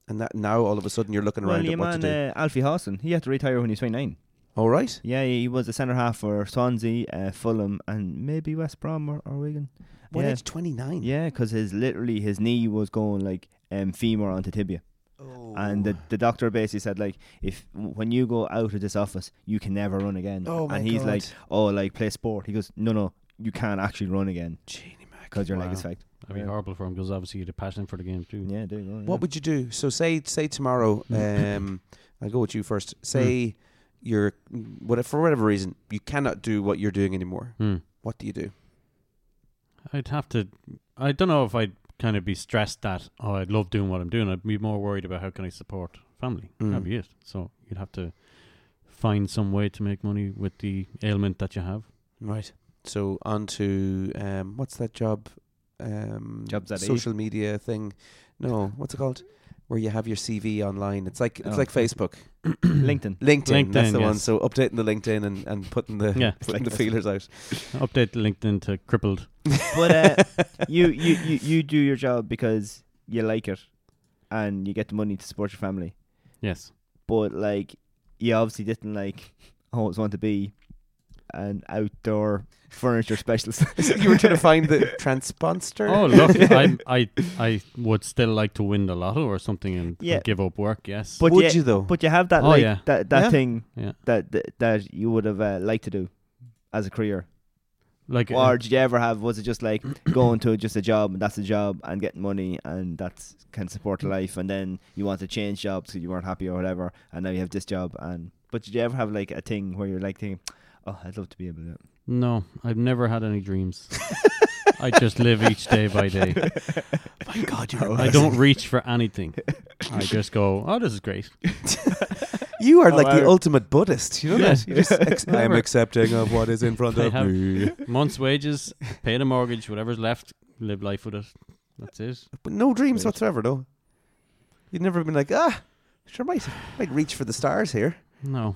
S1: and that now all of a sudden you're looking
S2: Well, uh,
S1: around
S2: your
S1: at what
S2: man
S1: to do
S2: uh, Alfie Hawson, he had to retire when he was twenty nine.
S1: all right
S2: Yeah, he was a centre half for Swansea, uh, Fulham, and maybe West Brom or, or Wigan.
S1: what
S2: yeah.
S1: age 29
S2: Yeah, because his literally his knee was going like um, femur onto tibia,
S1: oh.
S2: and the, the doctor basically said like, if when you go out of this office, you can never run again.
S1: Oh my
S2: and he's like,
S1: God.
S2: oh, like play sport. He goes, no, no, you can't actually run again
S1: Genie Mac.
S2: because your leg
S3: Wow.
S2: is faked.
S3: That'd be
S2: Yeah.
S3: horrible for him because obviously you'd have passion for the game too.
S2: Uh, Yeah, there you go.
S1: what would you do so say say tomorrow
S2: Mm.
S1: um i'll go with you first say you're what for whatever reason you cannot do what you're doing anymore
S3: Hmm.
S1: what do you do
S3: I'd have to. I don't know if I'd kind of be stressed that oh, I'd love doing what I'm doing. I'd be more worried about how can I support family.
S2: Mm.
S3: That'd be it. So you'd have to find some way to make money with the ailment that you have.
S1: Right. So on to um, what's that job? Um,
S2: Jobs at
S1: social media thing. No, what's it called? Where you have your CV online. It's like it's
S2: Oh.
S1: like Facebook,
S2: LinkedIn.
S1: LinkedIn. that's
S3: LinkedIn,
S1: the one.
S3: yes.
S1: So updating the LinkedIn and, and putting the
S3: Yeah.
S1: putting the feelers out.
S3: Update LinkedIn to crippled.
S2: But uh, you, you, you, you do your job because you like it and you get the money to support your family.
S3: Yes.
S2: But like, you obviously didn't like always want to be an outdoor furniture specialist.
S1: you were trying to find the transponster.
S3: Oh look, I'm, I I would still like to win the lotto or something and, and
S2: Yeah.
S3: give up work. Yes.
S2: But
S1: would
S2: yeah,
S1: you though?
S2: But you have that
S3: Oh,
S2: like
S3: yeah.
S2: that that
S1: Yeah.
S2: thing
S3: Yeah.
S2: that, that that you would have uh, liked to do as a career.
S3: like uh,
S2: Or did you ever have? Was it just like going to just a job and that's a job and getting money and that can support your life? And then you want to change jobs because you weren't happy or whatever, and now you have this job. And but did you ever have like a thing where you're like thinking, "Oh, I'd love to be able to." do that."
S3: no, I've never had any dreams. I just live each day by day.
S1: my God, you're
S3: I don't reach for anything. I just go, oh, this is great.
S1: You are like the
S2: However-
S1: ultimate Buddhist. You know
S3: Yeah.
S1: that. You just ex- I am
S3: However-
S1: accepting of what is in front
S3: I
S1: of
S3: have-
S1: me.
S3: Month's wages, pay the mortgage, whatever's left, live life with it. That's it.
S1: But no dreams
S3: Right.
S1: whatsoever, though. You'd never been like, ah, sure might might reach for the stars here.
S3: No,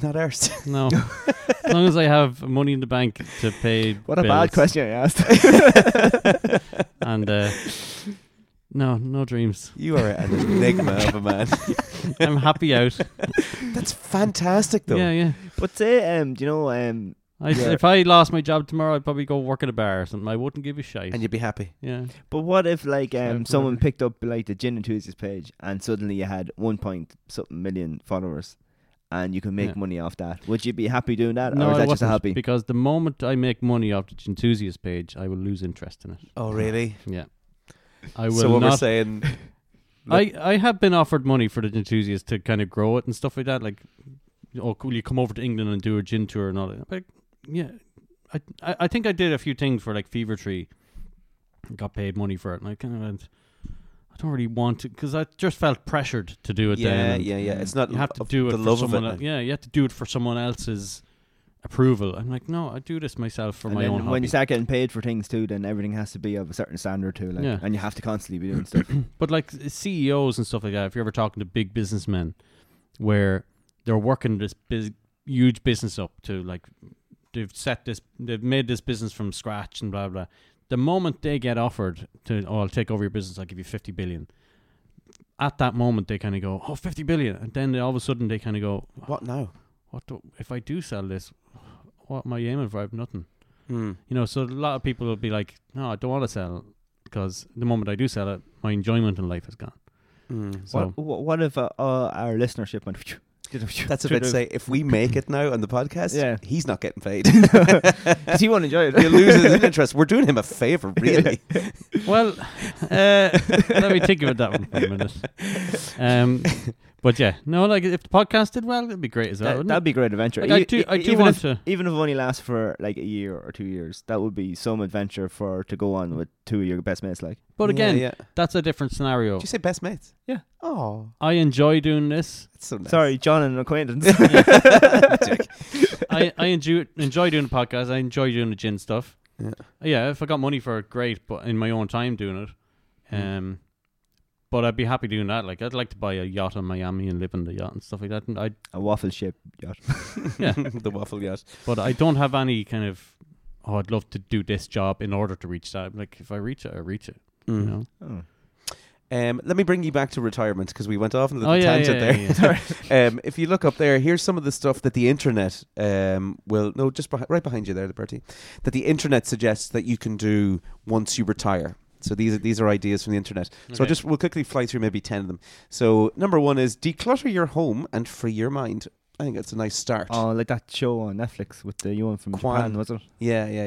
S1: Not ours.
S3: no. as long as I have money in the bank to pay.
S2: What a bad
S3: bills
S2: question I asked.
S3: And uh, no, no dreams.
S1: you are an enigma of a man.
S3: I'm happy out.
S1: That's fantastic, though.
S3: yeah, yeah.
S2: but say, um, do you know, um,
S3: I,
S2: Yeah.
S3: If I lost my job tomorrow, I'd probably go work at a bar or something. I wouldn't give a shit.
S1: And you'd be happy.
S3: yeah.
S2: But what if like um
S3: Sounds
S2: someone
S3: lovely.
S2: picked up like the Gin Enthusiast page and suddenly you had one point something million followers and you can make
S3: Yeah.
S2: money off that? Would you be happy doing that
S3: no,
S2: or is
S3: I
S2: that just a
S3: wasn't,
S2: hobby?
S3: Because the moment I make money off the enthusiast page, I will lose interest in it.
S1: Oh, really?
S3: Yeah. I will
S1: So what we're
S3: not
S1: saying,
S3: I, I have been offered money for the enthusiast to kind of grow it and stuff like that. Like, oh, cool, you come over to England and do a gin tour and all that. Like, yeah, I, I I think I did a few things for like Fever Tree, and got paid money for it, and I kind of went, I don't really want to because I just felt pressured to do it. then.
S1: yeah,
S3: and
S1: yeah, yeah. It's not
S3: You have to
S1: of
S3: do it
S1: the
S3: for
S1: love of
S3: someone.
S1: it.
S3: el- yeah, you have to do it for someone else's approval. I'm like, no, I do this myself for
S2: And
S3: my
S2: then
S3: own
S2: when
S3: hobby.
S2: you start getting paid for things too, then everything has to be of a certain standard too, like,
S3: Yeah.
S2: and you have to constantly be doing stuff.
S3: But like CEOs and stuff like that, if you're ever talking to big businessmen, where they're working this big, huge business up to like they've set this, they've made this business from scratch and blah blah. The moment they get offered to, oh, I'll take over your business, I'll give you fifty billion. At that moment, they kind of go, oh, 50 billion. And then they, all of a sudden, they kind of go,
S1: What now?
S3: what do, if I do sell this, what am I aiming for? I have nothing.
S1: Hmm.
S3: You know, so a lot of people will be like, no, I don't want to sell because the moment I do sell it, my enjoyment in life is gone.
S1: Hmm.
S3: So
S2: What, what what if uh, uh, our listenership went?
S1: That's what I'd say. If we make it now on the podcast,
S2: Yeah.
S1: he's not getting paid.
S2: Because he won't enjoy
S1: you
S2: it.
S1: lose his interest. We're doing him a favor, really.
S3: well, uh, let me think about that one for a minute. Um, but yeah, no, like if the podcast did well, it'd be great as well.
S2: That,
S3: wouldn't
S2: that'd
S3: it?
S2: be a great adventure.
S3: Like, I
S2: E-
S3: do-
S2: e-
S3: I do
S2: even
S3: want
S2: if,
S3: to-
S2: even if it only lasts for like a year or two years, that would be some adventure for to go on with two of your best mates. Like,
S3: but again,
S1: yeah, yeah.
S3: that's a different scenario.
S1: Did you say best mates?
S2: Yeah.
S1: Oh,
S3: I enjoy doing this.
S1: that's so nice.
S2: sorry, John and an acquaintance.
S1: Dick.
S3: I, I enjoy enjoy doing the podcast. I enjoy doing the gin stuff.
S1: Yeah.
S3: Yeah, if I got money for it, great. But in my own time doing it,
S2: Mm.
S3: um, but I'd be happy doing that. Like I'd like to buy a yacht in Miami and live in the yacht and stuff like that. And I
S2: a waffle ship yacht.
S3: Yeah.
S1: the waffle yacht.
S3: but I don't have any kind of oh, I'd love to do this job in order to reach that. Like if I reach it, I reach it.
S1: Hmm. Mm.
S3: You know.
S2: Oh.
S1: Um, let me bring you back to retirement because we went off on a little
S3: Oh, yeah,
S1: tangent
S3: yeah,
S1: there.
S3: yeah,
S1: um, if you look up there, here's some of the stuff that the internet um, will no, just behi- right behind you there, the Bertie, that the internet suggests that you can do once you retire. So these are these are ideas from the internet. So I'll
S3: Okay.
S1: just we'll quickly fly through maybe ten of them. So number one is declutter your home and free your mind. I think that's a nice start.
S2: Oh, like that show on Netflix with the one from
S1: Kwan.
S2: Japan, was it?
S1: Yeah, yeah,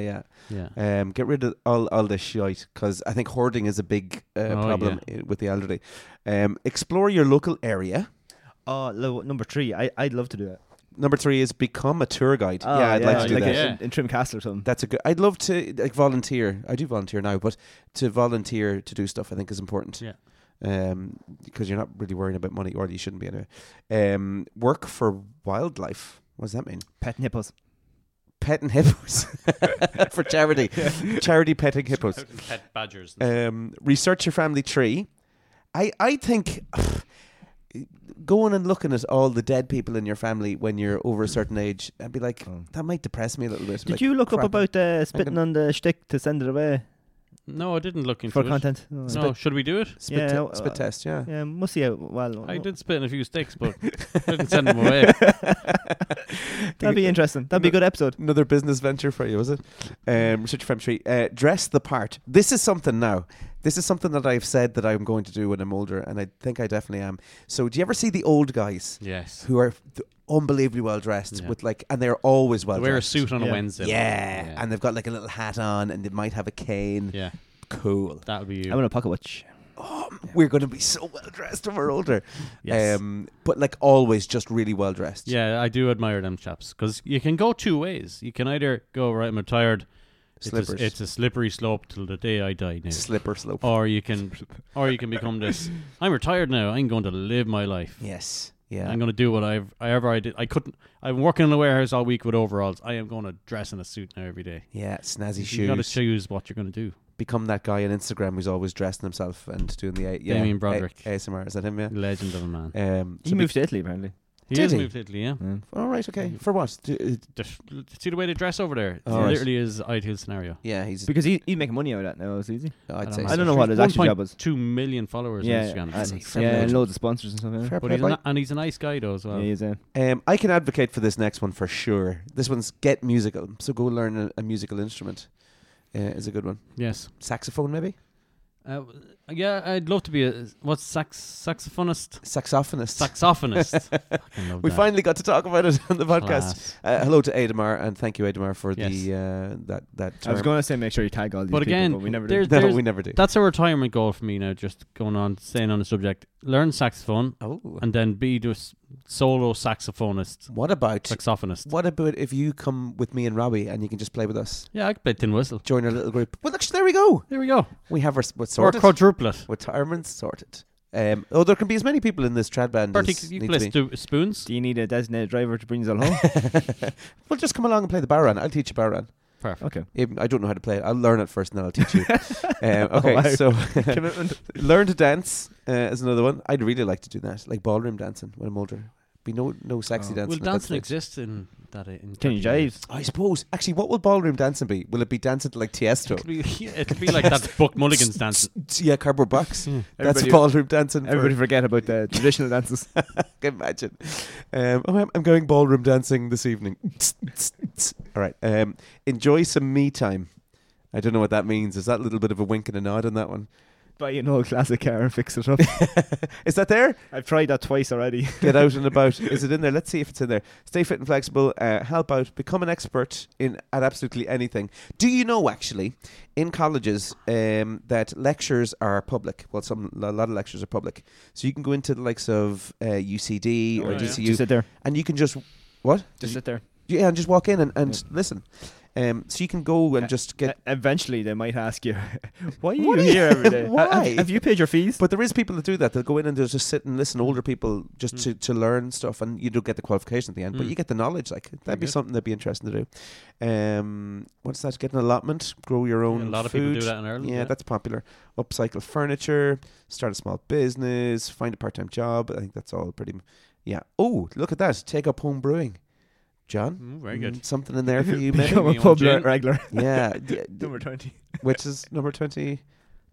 S1: yeah.
S3: Yeah.
S1: Um, get rid of all, all the shite because I think hoarding is a big uh,
S3: Oh,
S1: problem i with the elderly. Um, explore your local area.
S2: Oh, lo- number three. I I'd love to do that.
S1: number three is become a tour guide.
S2: Oh,
S1: yeah, I'd like to do
S2: like
S1: that.
S2: in-
S3: Yeah.
S2: In, Trim Castle or something.
S1: That's a good. I'd love to like volunteer. I do volunteer now, but to volunteer to do stuff, I think is important.
S3: Yeah.
S1: Um, because you're not really worrying about money, or you shouldn't be anyway. Um, work for wildlife. What does that mean?
S2: Petting hippos.
S1: Petting hippos for charity. Charity petting hippos.
S3: Pet badgers.
S1: Um, research your family tree. I I think. Going and looking at all the dead people in your family when you're over a certain age, I'd be like,
S2: Oh.
S1: that might depress me a little bit.
S2: Did
S1: Like,
S2: you look
S1: crap.
S2: up about uh, spitting
S1: gonna-
S2: on the shtick to send it away
S3: no, I didn't look into
S2: for
S3: it.
S2: content? Oh,
S3: No,
S2: spit-
S3: should we do it?
S1: spit,
S2: Yeah,
S1: te-
S2: uh,
S1: spit test? Yeah,
S2: Yeah, must see how well.
S3: I did spit in a few sticks, but I didn't send them away.
S2: That'd be interesting. That'd be a good episode.
S1: Another business venture for you, is it? Um, research Femme Tree. Uh, dress the part. This is something now. This is something that I've said that I'm going to do when I'm older, and I think I definitely am. So, do you ever see the old guys
S3: Yes.
S1: who are th- unbelievably well dressed
S3: Yeah.
S1: with like, and they're always well
S3: They wear a
S1: dressed?
S3: suit on a
S2: Yeah.
S3: Wednesday.
S1: Yeah.
S3: like,
S1: and they've got like a little hat on, and they might have a cane.
S3: yeah,
S1: Cool.
S3: that would be
S2: I
S3: you.
S2: want a pocket watch.
S1: We're going to be so well dressed when we're older.
S3: Yes.
S1: Um, but like always, just really well dressed.
S3: Yeah, I do admire them chaps because you can go two ways. You can either go right, I'm retired. It's a,
S1: Slippers.
S3: it's a slippery slope till the day I die. Now.
S1: Slipper slope.
S3: or you can, or you can become this. I'm retired now. I'm going to live my life.
S1: Yes. Yeah.
S3: I'm going to do what I've I ever I did. I couldn't. I'm working in a warehouse all week with overalls. I am going to dress in a suit now every day.
S1: yeah. Snazzy shoes.
S3: You got to choose what you're going to do.
S1: become that guy on Instagram who's always dressing himself and doing the a- yeah,
S3: Damien
S1: a-
S3: Broderick.
S1: ASMR. Is that him? Yeah.
S3: Legend of a man.
S1: Um,
S2: He
S1: so be-
S2: moved to Italy apparently.
S3: He
S1: Did
S3: has
S1: he?
S3: moved to Italy. Yeah.
S1: All right. Okay. For what? Do- uh,
S3: Just- See the way they dress over there. It
S1: All Oh, right.
S3: literally is ideal scenario.
S1: yeah, he's.
S2: Because he he making money out of that now. It's easy.
S1: I'd say.
S2: I
S1: so.
S2: don't know what his actual job was.
S3: Two million followers
S2: Yeah,
S3: on Instagram.
S2: and-
S1: It's a
S2: yeah,
S1: privilege.
S2: and loads of sponsors and stuff. Yeah.
S1: Fair
S3: But
S1: play,
S3: he's a
S1: boy.
S3: ni- and he's a nice guy though as well.
S2: Yeah, he's, uh,
S1: Um, I can advocate for this next one for sure. This one's get musical. So go learn a, a musical instrument. Uh, is a good one.
S3: Yes.
S1: Saxophone maybe.
S3: Uh, w- yeah, I'd love to be a what's sax saxophonist,
S1: Saxophonist.
S3: saxophonist. Fucking love
S1: we
S3: that.
S1: finally got to talk about it on the podcast.
S3: Class.
S1: Uh, hello to Adamar and thank you Adamar for the
S3: Yes.
S1: uh, that that
S2: I was
S1: term.
S2: going to say make sure you tag all these
S3: But
S2: people,
S3: again,
S2: but we never
S3: there's-
S2: did.
S1: no,
S3: there's-
S1: we never do.
S3: That's a retirement goal for me now. Just going on, staying on the subject. Learn saxophone
S1: oh,
S3: and then be just solo saxophonist,
S1: what about
S3: saxophonist.
S1: What about if you come with me and Robbie and you can just play with us?
S3: Yeah, I could play tin whistle.
S1: Join our little group. Well, actually, there we go.
S3: There we go.
S1: We have our s- what's
S3: Or
S1: sorted.
S3: quadruplet.
S1: Retirement's sorted. Um, oh, there can be as many people in this trad band.
S3: Bertie,
S1: as
S3: you
S1: needs
S3: play
S1: to be.
S3: stu- spoons.
S2: Do you need a designated driver to bring us all home?
S1: Well, just come along and play the Baran. I'll teach you Baran.
S3: Perfect.
S2: okay.
S1: Even- I don't know how to play it. I'll learn it first and then I'll teach you. um, okay,
S2: wow.
S1: so
S2: Commitment.
S1: learn to dance uh, is another one. I'd really like to do that, like ballroom dancing when I'm older. Be no no sexy
S2: Oh.
S1: dancing.
S3: Well,
S1: at that
S3: dancing
S1: stage.
S3: exists in that. uh, In
S2: Can you
S3: 30 years.
S2: jive?
S1: I suppose. Actually, what will ballroom dancing be? Will it be dancing to like Tiesto?
S3: It'll be, yeah, it'll be like that Buck Mulligan's dancing.
S1: Yeah, cardboard box. That's
S2: Everybody-
S1: ballroom dancing. for-
S2: Everybody forget about the traditional dances.
S1: Imagine. Um, oh, I'm- I'm going ballroom dancing this evening. All right. Um, enjoy some me time. I don't know what that means. Is that a little bit of a wink and a nod on that one?
S2: Buy an old classic car and fix it up.
S1: Is that there?
S2: I've tried that twice already.
S1: Get out and about. Is it in there? Let's see if it's in there. Stay fit and flexible. Uh, help out. Become an expert in at absolutely anything. Do you know actually in colleges um, that lectures are public? Well, some a lot of lectures are public, so you can go into the likes of uh, UCD or
S3: Oh, yeah.
S1: DCU,
S2: Just sit there. E,
S1: and you can just what?
S2: Just sit there.
S1: Yeah, and just walk in and, and
S2: Yeah.
S1: listen. Um, so you can go and
S2: Uh,
S1: just get.
S2: E- eventually, they might ask you, "Why are you
S1: What are
S2: here
S1: you-
S2: every day? Ha-
S1: Why?
S2: Have, have you paid your fees?"
S1: But there is people that do that. They'll go in and they'll just sit and listen. to Older people just to, to learn stuff, and you don't get the qualification at the end, but
S3: Mm.
S1: you get the knowledge. Like that'd
S3: Very
S1: be
S3: good.
S1: something that'd be interesting to do. Um, what's that? Get an allotment, grow your
S3: Yeah,
S1: own.
S3: a lot of people
S1: food.
S3: do that in Ireland.
S1: Yeah, that's popular. Upcycle furniture, start a small business, find a part-time job. I think that's all pretty. m- Yeah. Oh, look at that! Take up home brewing, John.
S3: Mm, very
S1: Mm,
S3: good.
S1: Something in there for you,
S2: Become
S1: maybe.
S3: Maybe
S2: a
S3: you
S2: pub
S3: want gin?
S2: regular.
S1: yeah. d- d-
S2: Number twenty.
S1: which is number 20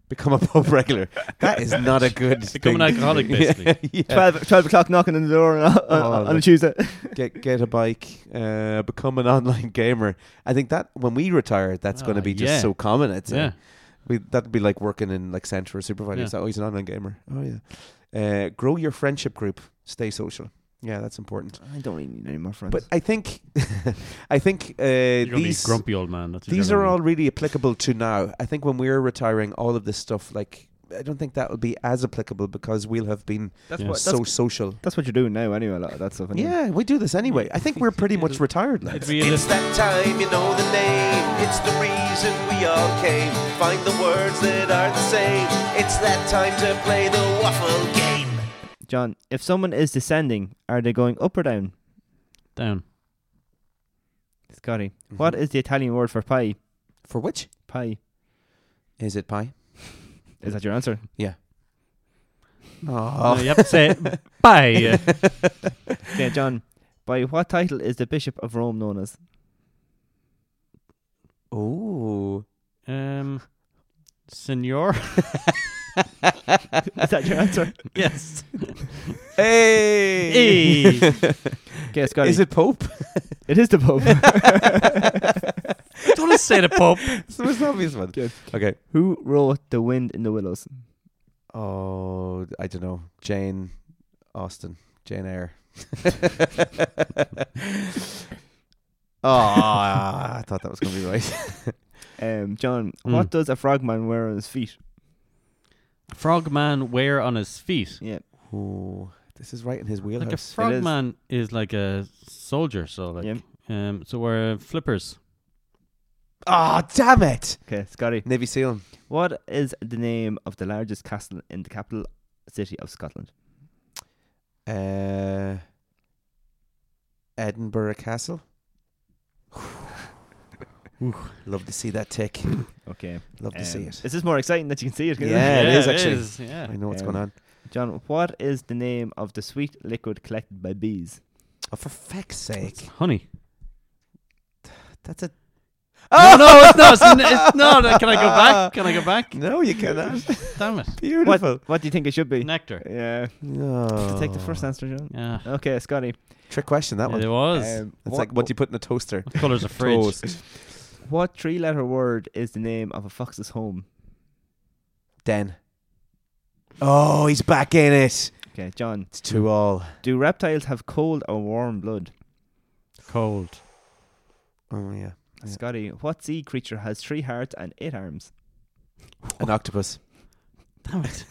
S1: become a pub regular that is not a good
S3: Become an
S1: thing.
S3: alcoholic, basically.
S1: yeah.
S2: 12, 12 o'clock knocking on the door on, a-
S1: Oh,
S2: on, on a
S1: look.
S2: Tuesday.
S1: get get a bike uh, become an online gamer i think that when we retire that's going
S3: Ah,
S1: to be just
S3: yeah.
S1: so common it's
S3: yeah.
S1: we, that'd be like working in like center or supervisor
S3: Yeah.
S1: It's like, oh he's an online gamer oh yeah uh, grow your friendship group stay social yeah that's important
S2: I don't really need any more friends.
S1: but i think i think uh,
S3: You're gonna be
S1: these
S3: grumpy old man. That's what
S1: these
S3: you're
S1: are
S3: gonna
S1: all really applicable to now. I think when we're retiring, all of this stuff like I don't think that will be as applicable because we'll have been
S2: That's
S3: Yeah.
S2: what.
S1: so
S2: That's,
S1: social.
S2: that's what you're doing now, anyway. A lot of that stuff. anyway.
S1: Yeah, we do this anyway. I think we're pretty much retired,
S3: It'd
S1: lads.
S3: be a
S4: It's
S3: little,
S4: that time, you know the name. It's the reason we all came. Find the words that are the same. It's that time to play the waffle game.
S2: John, if someone is descending, are they going up or down?
S3: down.
S2: Scotty, what
S1: Mhm.
S2: is the Italian word for pie?
S1: For which
S2: Pie.
S1: is it pie?
S2: Is that your answer?
S1: Yeah.
S3: Oh.
S1: Oh,
S3: No, you have to say it. bye.
S2: Yeah, John. By what title is the Bishop of Rome known as?
S1: Ooh.
S3: Um, senor.
S2: Is that your answer?
S3: yes.
S1: Hey.
S3: Hey.
S2: Okay, Scotty.
S1: Is it Pope?
S2: it is the Pope.
S3: Don't just say the Pope.
S1: It's the most obvious one.
S2: Good.
S1: Okay.
S2: Who wrote The Wind in the Willows?
S1: Oh, I don't know. Jane Austen, Jane Eyre. oh, Ah, I thought that was going to be right.
S2: Um, John,
S3: Hmm.
S1: Mm.
S2: what does a frogman wear on his feet?
S3: Frogman wear on his feet.
S2: Yeah.
S1: Ooh, this is right in his
S3: Like a
S1: wheelhouse.
S3: frogman is. like a soldier, so like
S2: Yep.
S3: um so we're flippers.
S1: Ah, damn it!
S2: Okay, Scotty.
S1: Navy SEAL.
S2: What is the name of the largest castle in the capital city of Scotland?
S1: Uh, Edinburgh Castle. Love to see that tick.
S2: Okay.
S1: Love to see
S2: um,
S1: it.
S2: Is this more exciting that you can see it?
S1: Yeah, it is actually.
S3: is, yeah.
S1: I know what's
S2: um,
S1: going on.
S2: John, what is the name of the sweet liquid collected by bees?
S1: Oh, for feck's
S3: It's
S1: sake!
S3: honey.
S1: That's a.
S3: Oh
S1: Ah!
S3: no, it's not. It's, n- it's not. uh, Can I go back? Can I go back?
S1: No, you cannot.
S3: Damn it.
S1: Beautiful.
S2: What do you think it should be? Oh.
S3: Nectar.
S2: Yeah.
S1: No.
S2: Take the first answer, John.
S3: Yeah.
S2: Okay, Scotty.
S1: trick question. That one.
S3: It was.
S2: Um,
S1: It's
S2: what,
S1: like what do you put in a toaster?
S3: What colour's a fridge?
S1: Toast.
S2: what three-letter word is the name of a fox's home?
S1: Den. Oh, he's back in it.
S2: Okay, John.
S1: It's
S3: Mm.
S1: two all.
S2: Do reptiles have cold or warm blood?
S3: Cold.
S1: Oh yeah, Yeah.
S2: Scotty, what sea creature has three hearts and eight arms?
S1: an octopus.
S3: Damn it.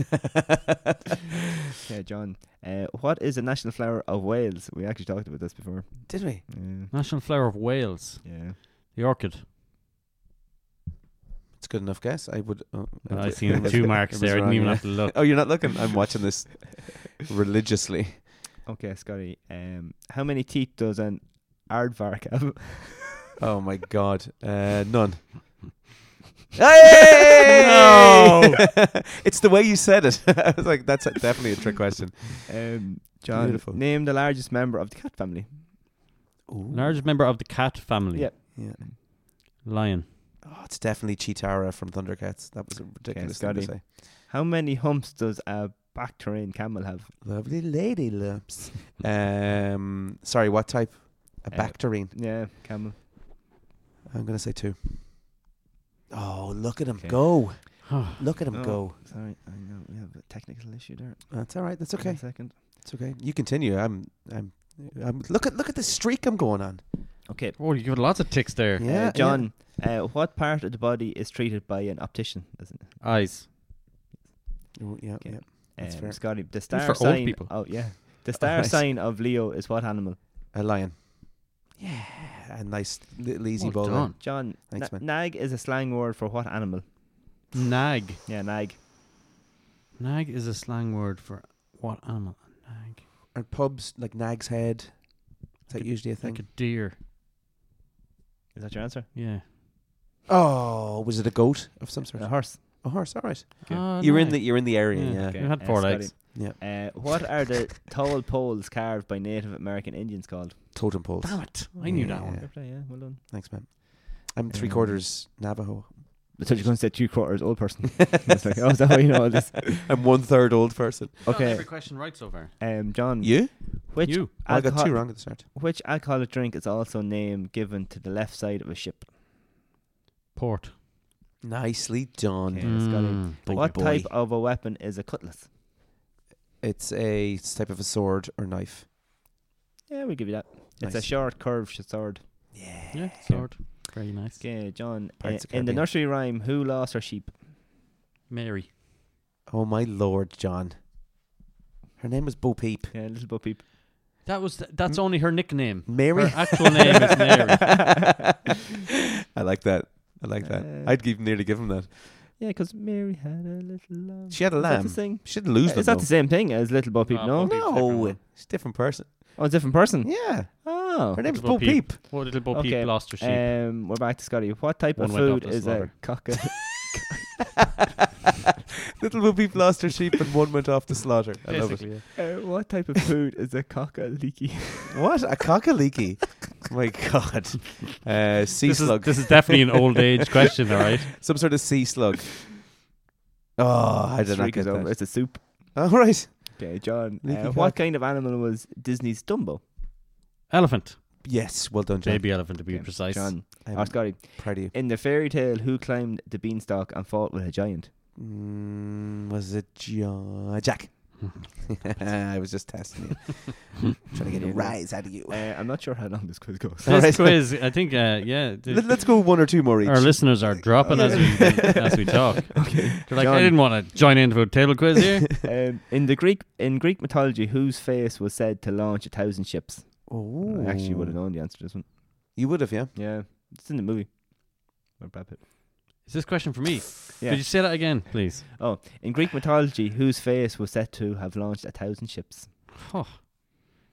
S2: Okay, John. Uh, what is the national flower of Wales? We actually talked about this before.
S1: Did we?
S2: Yeah.
S3: National flower of Wales.
S2: yeah.
S3: The orchid.
S1: It's a good enough guess. I would. Oh,
S3: Well, I
S1: did-
S3: seen
S1: was-
S3: two marks
S1: was
S3: there. I didn't
S1: wrong,
S3: even
S1: yeah.
S3: have to look.
S1: Oh, you're not looking. I'm watching this religiously.
S2: Okay, Scotty. Um, how many teeth does an aardvark have?
S1: Oh my god, uh, none.
S3: No.
S1: it's the way you said it. I was like, that's definitely a trick question.
S2: Um, John,
S1: Beautiful.
S2: name the largest member of the cat family.
S1: Ooh.
S3: Largest member of the cat family.
S2: Yeah.
S1: Yeah.
S3: Lion.
S1: Oh, it's definitely Chitara from Thundercats. That was a ridiculous thing to
S2: Scotty.
S1: say.
S2: How many humps does a back terrain camel have?
S1: Lovely lady lumps. um, sorry, what type? A
S2: Uh,
S1: Bacterine.
S2: Yeah, camel.
S1: I'm gonna say two. Oh, look at him
S2: Okay.
S1: go! Look at him
S2: No.
S1: go!
S2: Sorry, I know we have a technical issue there.
S1: That's all right. That's
S2: Give me a
S1: okay.
S2: second.
S1: It's okay. You continue. I'm. I'm. I'm look at look at the streak I'm going on.
S2: Okay.
S3: Oh, you give it lots of ticks there.
S2: Uh,
S1: Yeah,
S2: John, Uh, what part of the body is treated by an optician? Doesn't it?
S3: Eyes.
S1: Yeah. Ooh, Oh, yeah,
S2: Okay.
S1: yeah. That's
S2: Um,
S1: fair.
S2: Scotty, the star
S3: for old
S2: sign.
S3: people.
S2: Oh yeah, the star
S1: Alright.
S2: sign of Leo is what animal?
S1: A lion. Yeah. A nice little easy ball.
S3: Well done.
S2: John,
S1: Thanks,
S2: na-
S1: man.
S2: nag is a slang word for what animal?
S3: Nag.
S2: Yeah, nag.
S3: Nag is a slang word for what animal? Nag.
S1: And pubs like Nag's Head. Is that usually a
S3: Like
S1: thing?
S3: a deer.
S2: Is that your answer?
S3: Yeah.
S1: Oh, was it a goat of some sort?
S2: A horse.
S1: A horse. All right.
S2: Okay.
S3: Ah,
S1: you're in
S3: nag.
S1: the you're in the area.
S3: Yeah.
S1: Yeah.
S2: Okay.
S3: You had
S2: uh,
S3: four
S2: Scotty.
S3: legs.
S2: Uh, what are the tall poles carved by Native American Indians called?
S1: Totem poles.
S3: Damn it. I knew that one.
S1: Yeah.
S2: Good play, yeah, well done.
S1: Thanks, man. I'm three
S2: Um,
S1: quarters Navajo.
S2: I thought you were going to say two quarters old person. It's like, oh, is that how you know all this?
S1: I'm one third old person.
S2: Okay,
S3: Every question right so far.
S2: um, John,
S1: You?
S2: which
S3: you.
S1: I
S2: alcohol-
S1: got two wrong at the start.
S2: Which alcoholic drink is also named given to the left side of a ship?
S3: Port. Hmm.
S1: Nicely done.
S3: Mm.
S2: Okay. Yeah, it's got it.
S3: Thank
S2: what
S3: you.
S2: type of a weapon is a cutlass?
S1: It's a it's type of a sword or knife.
S2: Yeah, we'll give you that. It's a
S1: Nice.
S2: short, curved sh- sword.
S3: Yeah, sword. Very nice.
S2: Okay, John. Uh,
S1: Pirates of
S2: in the
S1: Caribbean.
S2: nursery rhyme, who lost her sheep?
S3: Mary.
S1: Oh my lord, John. Her name was Bo Peep.
S2: Yeah, little Bo Peep.
S3: That was th- that's only her nickname.
S1: Mary.
S3: Her actual name is Mary.
S1: I like that. I like that.
S2: Uh,
S1: I'd give, nearly give him that.
S2: Yeah, because Mary had a little lamb.
S1: She had a
S2: Is that
S1: lamb.
S2: the same?
S1: She didn't lose
S2: Is
S1: them.
S2: that the same thing as Little Bo Peep?
S3: Uh,
S2: no,
S3: Bo Peep.
S1: though.
S3: Different
S1: No,
S3: one.
S1: it's a different person.
S2: oh, it's a different person.
S1: Yeah,
S2: Oh,
S1: her name's
S3: Little
S1: Bo
S3: Peep.
S1: Peep.
S3: What little Bo
S2: Okay,
S3: Peep lost her sheep.
S2: um, we're back to Scotty. What type
S3: One
S2: of
S3: went off
S2: food
S3: the
S2: is a
S3: slaughter.
S2: cockatoo?
S1: Little Bo Peep lost her sheep and one went off to slaughter. I love it.
S3: Basically, yeah.
S2: uh, what type of food is a cockaleaky?
S1: What a cockaleaky! My God, uh, sea
S3: This, is,
S1: slug.
S3: this is definitely an old age question, all right?
S1: Some sort of sea slug. Oh, I did not
S2: Streak
S1: get
S2: is over.
S1: that.
S2: It's a soup.
S1: All right.
S2: Okay, John.
S1: Leaky
S2: Uh, what
S1: cock.
S2: kind of animal was Disney's Dumbo?
S3: Elephant,
S1: Yes, well done, John.
S3: baby elephant to be
S2: Okay,
S3: precise.
S2: John
S1: I'm
S2: or Scotty.
S1: proud of you.
S2: In the fairy tale, who climbed the beanstalk and fought with a giant?
S1: Mm, was it John? Uh, Jack? I was just testing you, trying to get a rise out of you.
S2: Uh, I'm not sure how long this quiz goes.
S3: This
S1: All right.
S3: quiz, I think, uh, yeah, the-
S1: Let, us go one or two more each.
S3: our listeners are dropping as we as we talk. They're like, I didn't want to join into a table quiz here.
S2: um, in the Greek in Greek mythology, whose face was said to launch a thousand ships?
S1: Oh,
S2: I actually would have known the answer to this one.
S1: You would have, yeah.
S2: Yeah, it's in the movie. Or Brad Pitt.
S3: is this question for me?
S2: Yeah.
S3: Could you say that again, please?
S2: Oh, in Greek mythology, whose face was said to have launched a thousand ships?
S3: Oh,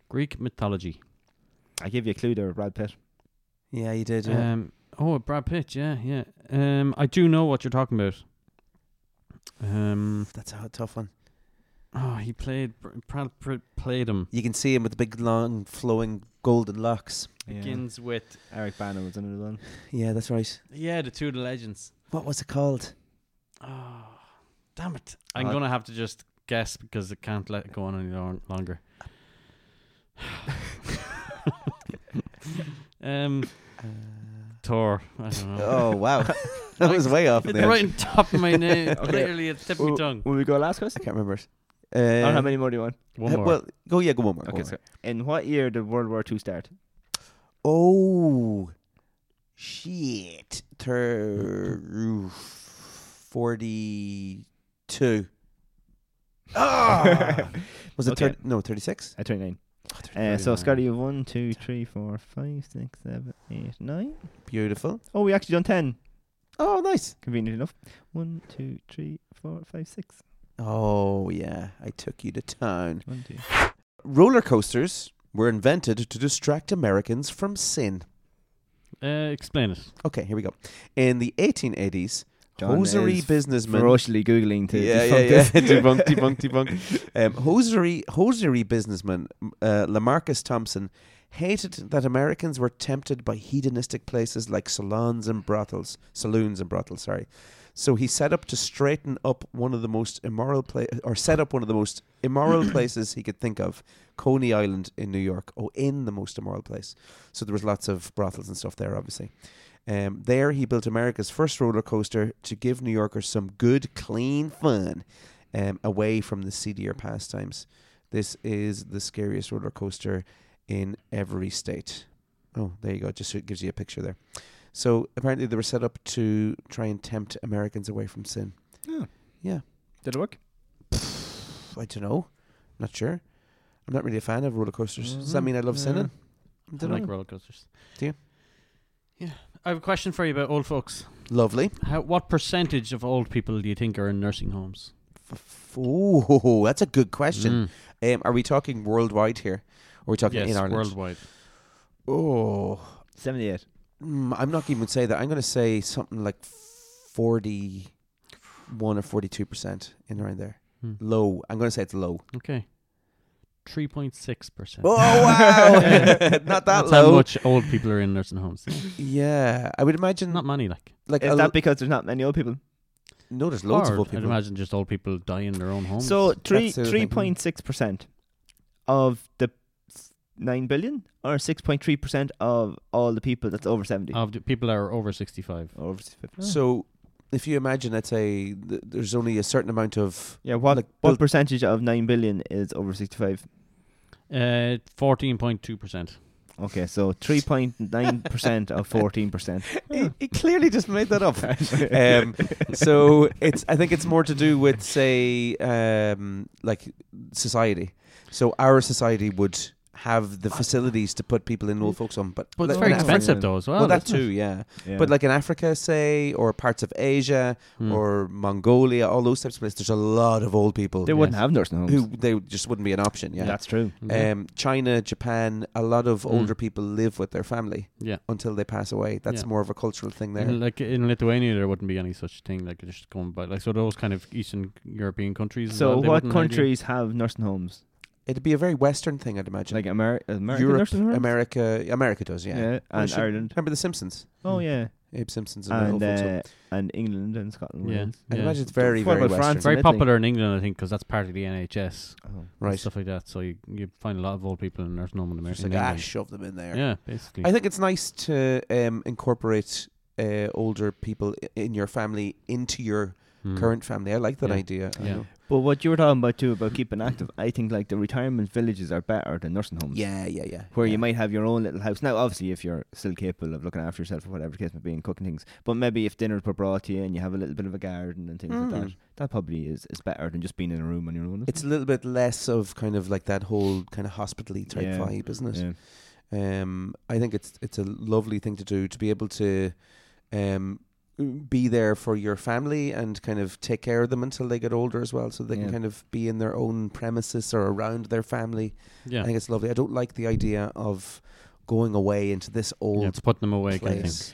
S3: Greek mythology.
S2: I give you a clue there, Brad Pitt.
S1: Yeah, you did.
S3: Um, oh, Brad Pitt. Yeah, yeah. Um, I do know what you're talking about. Um,
S1: That's a hard- tough one.
S3: oh, he played Br- Brad Pitt played him.
S1: You can see him with the big, long, flowing golden locks.
S3: Begins with
S2: Eric Bana was in it as well.
S1: Yeah, that's right.
S3: yeah, the two of the legends.
S1: What was it called?
S3: Oh, damn it! I'm
S2: Uh,
S3: gonna have to just guess because it can't let it go on any lon- longer. um,
S1: Uh,
S3: Tor. I don't know.
S1: oh wow, that was way off. in
S3: It's
S1: the
S3: right
S1: end.
S3: on top of my name.
S2: Okay.
S3: Literally, it's tip of my
S2: Well,
S1: uh,
S3: tongue.
S2: Will we go last
S1: I
S2: question?
S1: can't remember it.
S2: or
S1: Uh,
S2: how many more do you want?
S3: One
S1: uh,
S3: more.
S1: Well, go yeah, go one more. go
S2: Okay,
S1: one
S2: so in what year did World War Two start?
S1: more. Oh shit! Ter- Forty-two.
S2: Uh,
S1: Ah! was it
S2: Okay.
S1: thirty? No, thirty-six.
S2: At 29.
S1: Oh,
S2: Uh,
S1: 39.
S2: so, Scotty, you've 1, 2, 3, 4, 5, 6, 7, 8, 9.
S1: beautiful.
S2: Oh, we actually done 10.
S1: Oh, nice.
S2: Convenient enough. 1, 2, 3, 4, 5, 6.
S1: Oh yeah, I took you to town.
S2: 1, 2.
S1: Roller coasters were invented to distract Americans from sin.
S3: uh, explain it.
S1: Okay, here we go. In the 1880s,
S2: John
S1: hosiery
S2: is
S1: businessman.
S2: Ferociously Googling to
S1: yeah,
S2: debunk
S1: yeah, yeah.
S2: this.
S1: debunk, debunk, debunk. Um, hosiery, hosiery businessman uh, Lamarcus Thompson hated that Americans were tempted by hedonistic places like salons and brothels, saloons and brothels. Sorry, so he set up to straighten up one of the most immoral pla- or set up one of the most immoral places he could think of, Coney Island in New York. Oh, in the most immoral place. So there was lots of brothels and stuff there, obviously. Um, there, he built America's first roller coaster to give New Yorkers some good, clean fun um, away from the seedier pastimes. This is the scariest roller coaster in every state. Oh, there you go. Just so it gives you a picture there. So apparently, they were set up to try and tempt Americans away from sin.
S2: Did it work?
S1: I don't know. Not sure. I'm not really a fan of roller coasters. Does that
S3: Mhm.
S1: mean I love
S3: Yeah.
S1: sinning? I
S3: I
S1: don't
S3: like
S1: know.
S3: roller coasters.
S1: Do you?
S3: Yeah. I have a question for you about old folks.
S1: Lovely.
S3: How, what percentage of old people do you think are in nursing homes? Mm.
S1: F- Oh, that's a good question. Um, are we talking worldwide here? Or are we talking
S3: Yes,
S1: in Ireland?
S3: worldwide.
S1: Oh,
S2: 78.
S1: mm, I'm not even say that. I'm going to say something like 41 or 42% in around there.
S3: Hmm.
S1: Low. I'm going to say it's low.
S3: Okay. 3.6%.
S1: Oh, wow. not that
S3: That's how
S1: low.
S3: much old people are in nursing homes.
S1: Yeah. I would imagine.
S3: Not many, like.
S1: like,
S2: Is
S1: a
S2: that
S1: lo-
S2: because there's not many old people?
S1: no, there's loads
S3: Or
S1: of old
S3: I'd
S1: people.
S3: imagine just old people die in their own homes.
S2: So three
S1: That's the other
S2: three
S1: thing.
S2: point six percent of the s- nine billion, or six point three percent of all the people that's over seventy.
S3: of the people that are over 65.
S2: Or over 50.
S1: So if you imagine, let's say th- there's only a certain amount of.
S2: yeah, what
S1: like,
S2: what
S1: built-
S2: percentage of nine billion is over sixty five?
S3: Uh, 14.2%.
S2: Okay, so 3.9% of 14%.
S1: he, he clearly just made that up. um, so it's I think it's more to do with say um, like society. So our society would have the facilities to put people in old folks home, but
S3: But it's
S1: like
S3: very
S1: in Africa-
S3: expensive though as well.
S1: Well, that
S3: isn't it?
S1: too, yeah.
S2: Yeah.
S1: But like in Africa, say, or parts of Asia,
S3: hmm.
S1: or Mongolia, all those types of places, there's a lot of old people
S2: they wouldn't have nursing homes.
S1: who they just wouldn't be an option. Yeah,
S2: That's true.
S3: Mm-hmm.
S1: um, China, Japan, a lot of
S3: Mm.
S1: older people live with their family
S3: Yeah.
S1: until they pass away. That's
S3: Yeah. Mm-hmm.
S1: more of a cultural thing there.
S3: In, like in Lithuania, there wouldn't be any such thing. Like just going by, like so those kind of Eastern European countries. as
S2: So
S3: well, they
S2: what
S3: wouldn't really-
S2: countries have nursing homes?
S1: It'd be a very Western thing, I'd imagine.
S2: Like America, America
S1: Europe,
S2: nursing homes?
S1: America, America does, yeah. Oh,
S2: Yeah,
S1: I
S2: and
S1: should-
S2: Ireland.
S1: Remember The Simpsons?
S2: Oh yeah,
S1: Abe Simpson's an
S2: and
S1: old folks' home.
S2: uh, and England and Scotland.
S3: Yeah,
S2: Wales.
S1: I'd
S3: yeah.
S1: imagine it's very,
S2: What
S1: very
S2: about
S1: Western.
S2: France?
S3: very
S2: Italy.
S3: popular in England, I think, because that's part of the NHS,
S2: Oh.
S3: and
S1: right.
S3: stuff like that. So you, you find a lot of old people in nursing home in
S1: Just
S3: America.
S1: like, ah, shove them in there.
S3: yeah, basically.
S1: I think it's nice to um, incorporate uh, older people i- in your family into your
S3: Mm.
S1: current family. I like that
S3: Yeah.
S1: idea. I
S3: Yeah.
S1: know.
S2: But what you were talking about too about keeping active, I think like the retirement villages are better than nursing homes.
S1: yeah, yeah, yeah.
S2: Where
S1: yeah.
S2: you might have your own little house. Now, obviously, if you're still capable of looking after yourself or whatever the case may be and cooking things, but maybe if dinner's were brought to you and you have a little bit of a garden and things like
S1: Mm.
S2: that, that probably is, is better than just being in a room on your own. isn't
S1: It's a little bit less of kind of like that whole kind of hospitally type
S2: Yeah.
S1: vibe, isn't it?
S2: it? Yeah.
S1: Um, I think it's it's a lovely thing to do to be able to um, be there for your family and kind of take care of them until they get older as well, so they can
S2: Yeah.
S1: kind of be in their own premises or around their family.
S3: yeah,
S1: I think it's lovely. I don't like the idea of going away into this
S3: yeah,
S1: old
S3: it's putting them away. Kind of thing.
S1: place.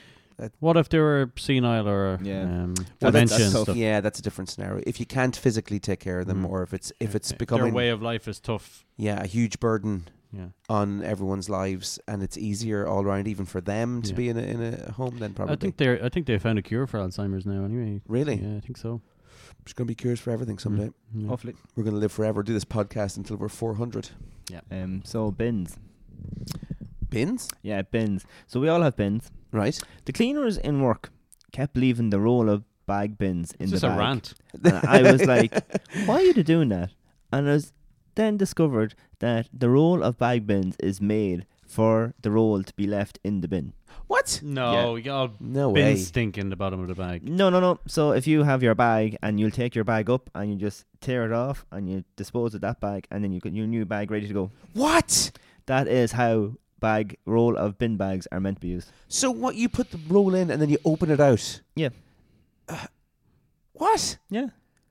S3: What if they were senile or
S2: Yeah.
S3: um,
S2: Well, that's-
S3: dementia
S2: that's
S3: and
S2: tough.
S3: stuff?
S1: Yeah, that's a different scenario. If you can't physically take care of them,
S3: Mm.
S1: or if it's if it's
S3: Their
S1: becoming
S3: way of life is tough.
S1: yeah a huge burden
S3: Yeah,
S1: on everyone's lives, and it's easier all around, even for them to
S3: Yeah.
S1: be in a, in a home. Then probably
S3: I think they I think they found a cure for Alzheimer's now. Anyway,
S1: really.
S3: yeah, I think so.
S1: There's going to be cures for everything someday.
S3: Yeah.
S2: Hopefully.
S1: We're going to live forever, do this podcast until we're 400.
S2: Um, so, bins.
S1: Bins?
S2: Yeah, bins. So, we all have bins.
S1: Right.
S2: The cleaners in work kept leaving the roll of bag bins in
S3: It's just
S2: the
S3: a
S2: bag.
S3: rant.
S2: And I was like, why are you doing that? And I was then discovered that the roll of bag bins is made for the roll to be left in the bin.
S1: What?
S3: No, you got
S1: No way.
S3: bins stink in the bottom of the bag.
S2: No, no, no. So if you have your bag and you'll take your bag up and you just tear it off and you dispose of that bag and then you got your new bag ready to go.
S1: What?
S2: That is how bag roll of bin bags are meant to be used.
S1: So what? You put the roll in and then you open it out. Uh,
S2: Yeah.
S1: What?
S2: Yeah.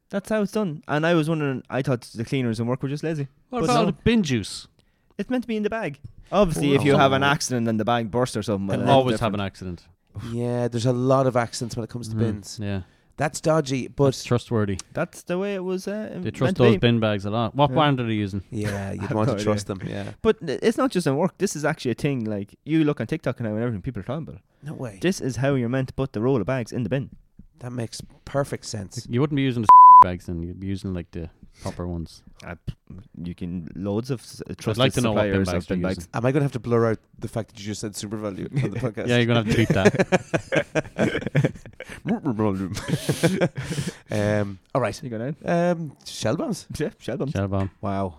S2: That's how it's done. And I was wondering, I thought the cleaners in work were just lazy.
S3: What
S2: But
S3: about
S2: no.
S3: the bin juice?
S2: It's meant to be in the bag. Obviously, if you have an accident and the bag bursts or something, well,
S3: I'll
S2: that's
S3: always
S2: different.
S3: have an accident.
S1: Yeah, there's a lot of accents when it comes to
S3: Mhm.
S1: bins.
S3: Yeah,
S1: That's dodgy,
S3: but
S1: but
S3: trustworthy.
S2: That's the way it was. Uh,
S3: They
S2: meant
S3: trust
S2: to be.
S3: those bin bags a lot. What
S2: Yeah.
S3: brand are they using?
S1: yeah,
S2: I've
S1: you'd want to
S2: no idea.
S1: trust them. Yeah.
S2: But it's not just in work. This is actually a thing. Like you look on TikTok now and everything, people are talking about. it.
S1: No way.
S2: This is how you're meant to put the roll of bags in the bin.
S1: That makes perfect sense.
S3: You wouldn't be using the bags, and you'd be using like the proper ones.
S2: You can loads of s- trusted
S3: like to know what bin
S2: suppliers
S3: bags
S2: of bin
S3: they're
S2: bags.
S1: Am I going to have to blur out the fact that you just said super value on the podcast?
S3: Yeah, you're gonna have to tweet that.
S1: um, all right.
S2: You got out?
S1: Um, shell bombs.
S2: Yeah, shell bomb.
S3: Shell bomb.
S1: Wow.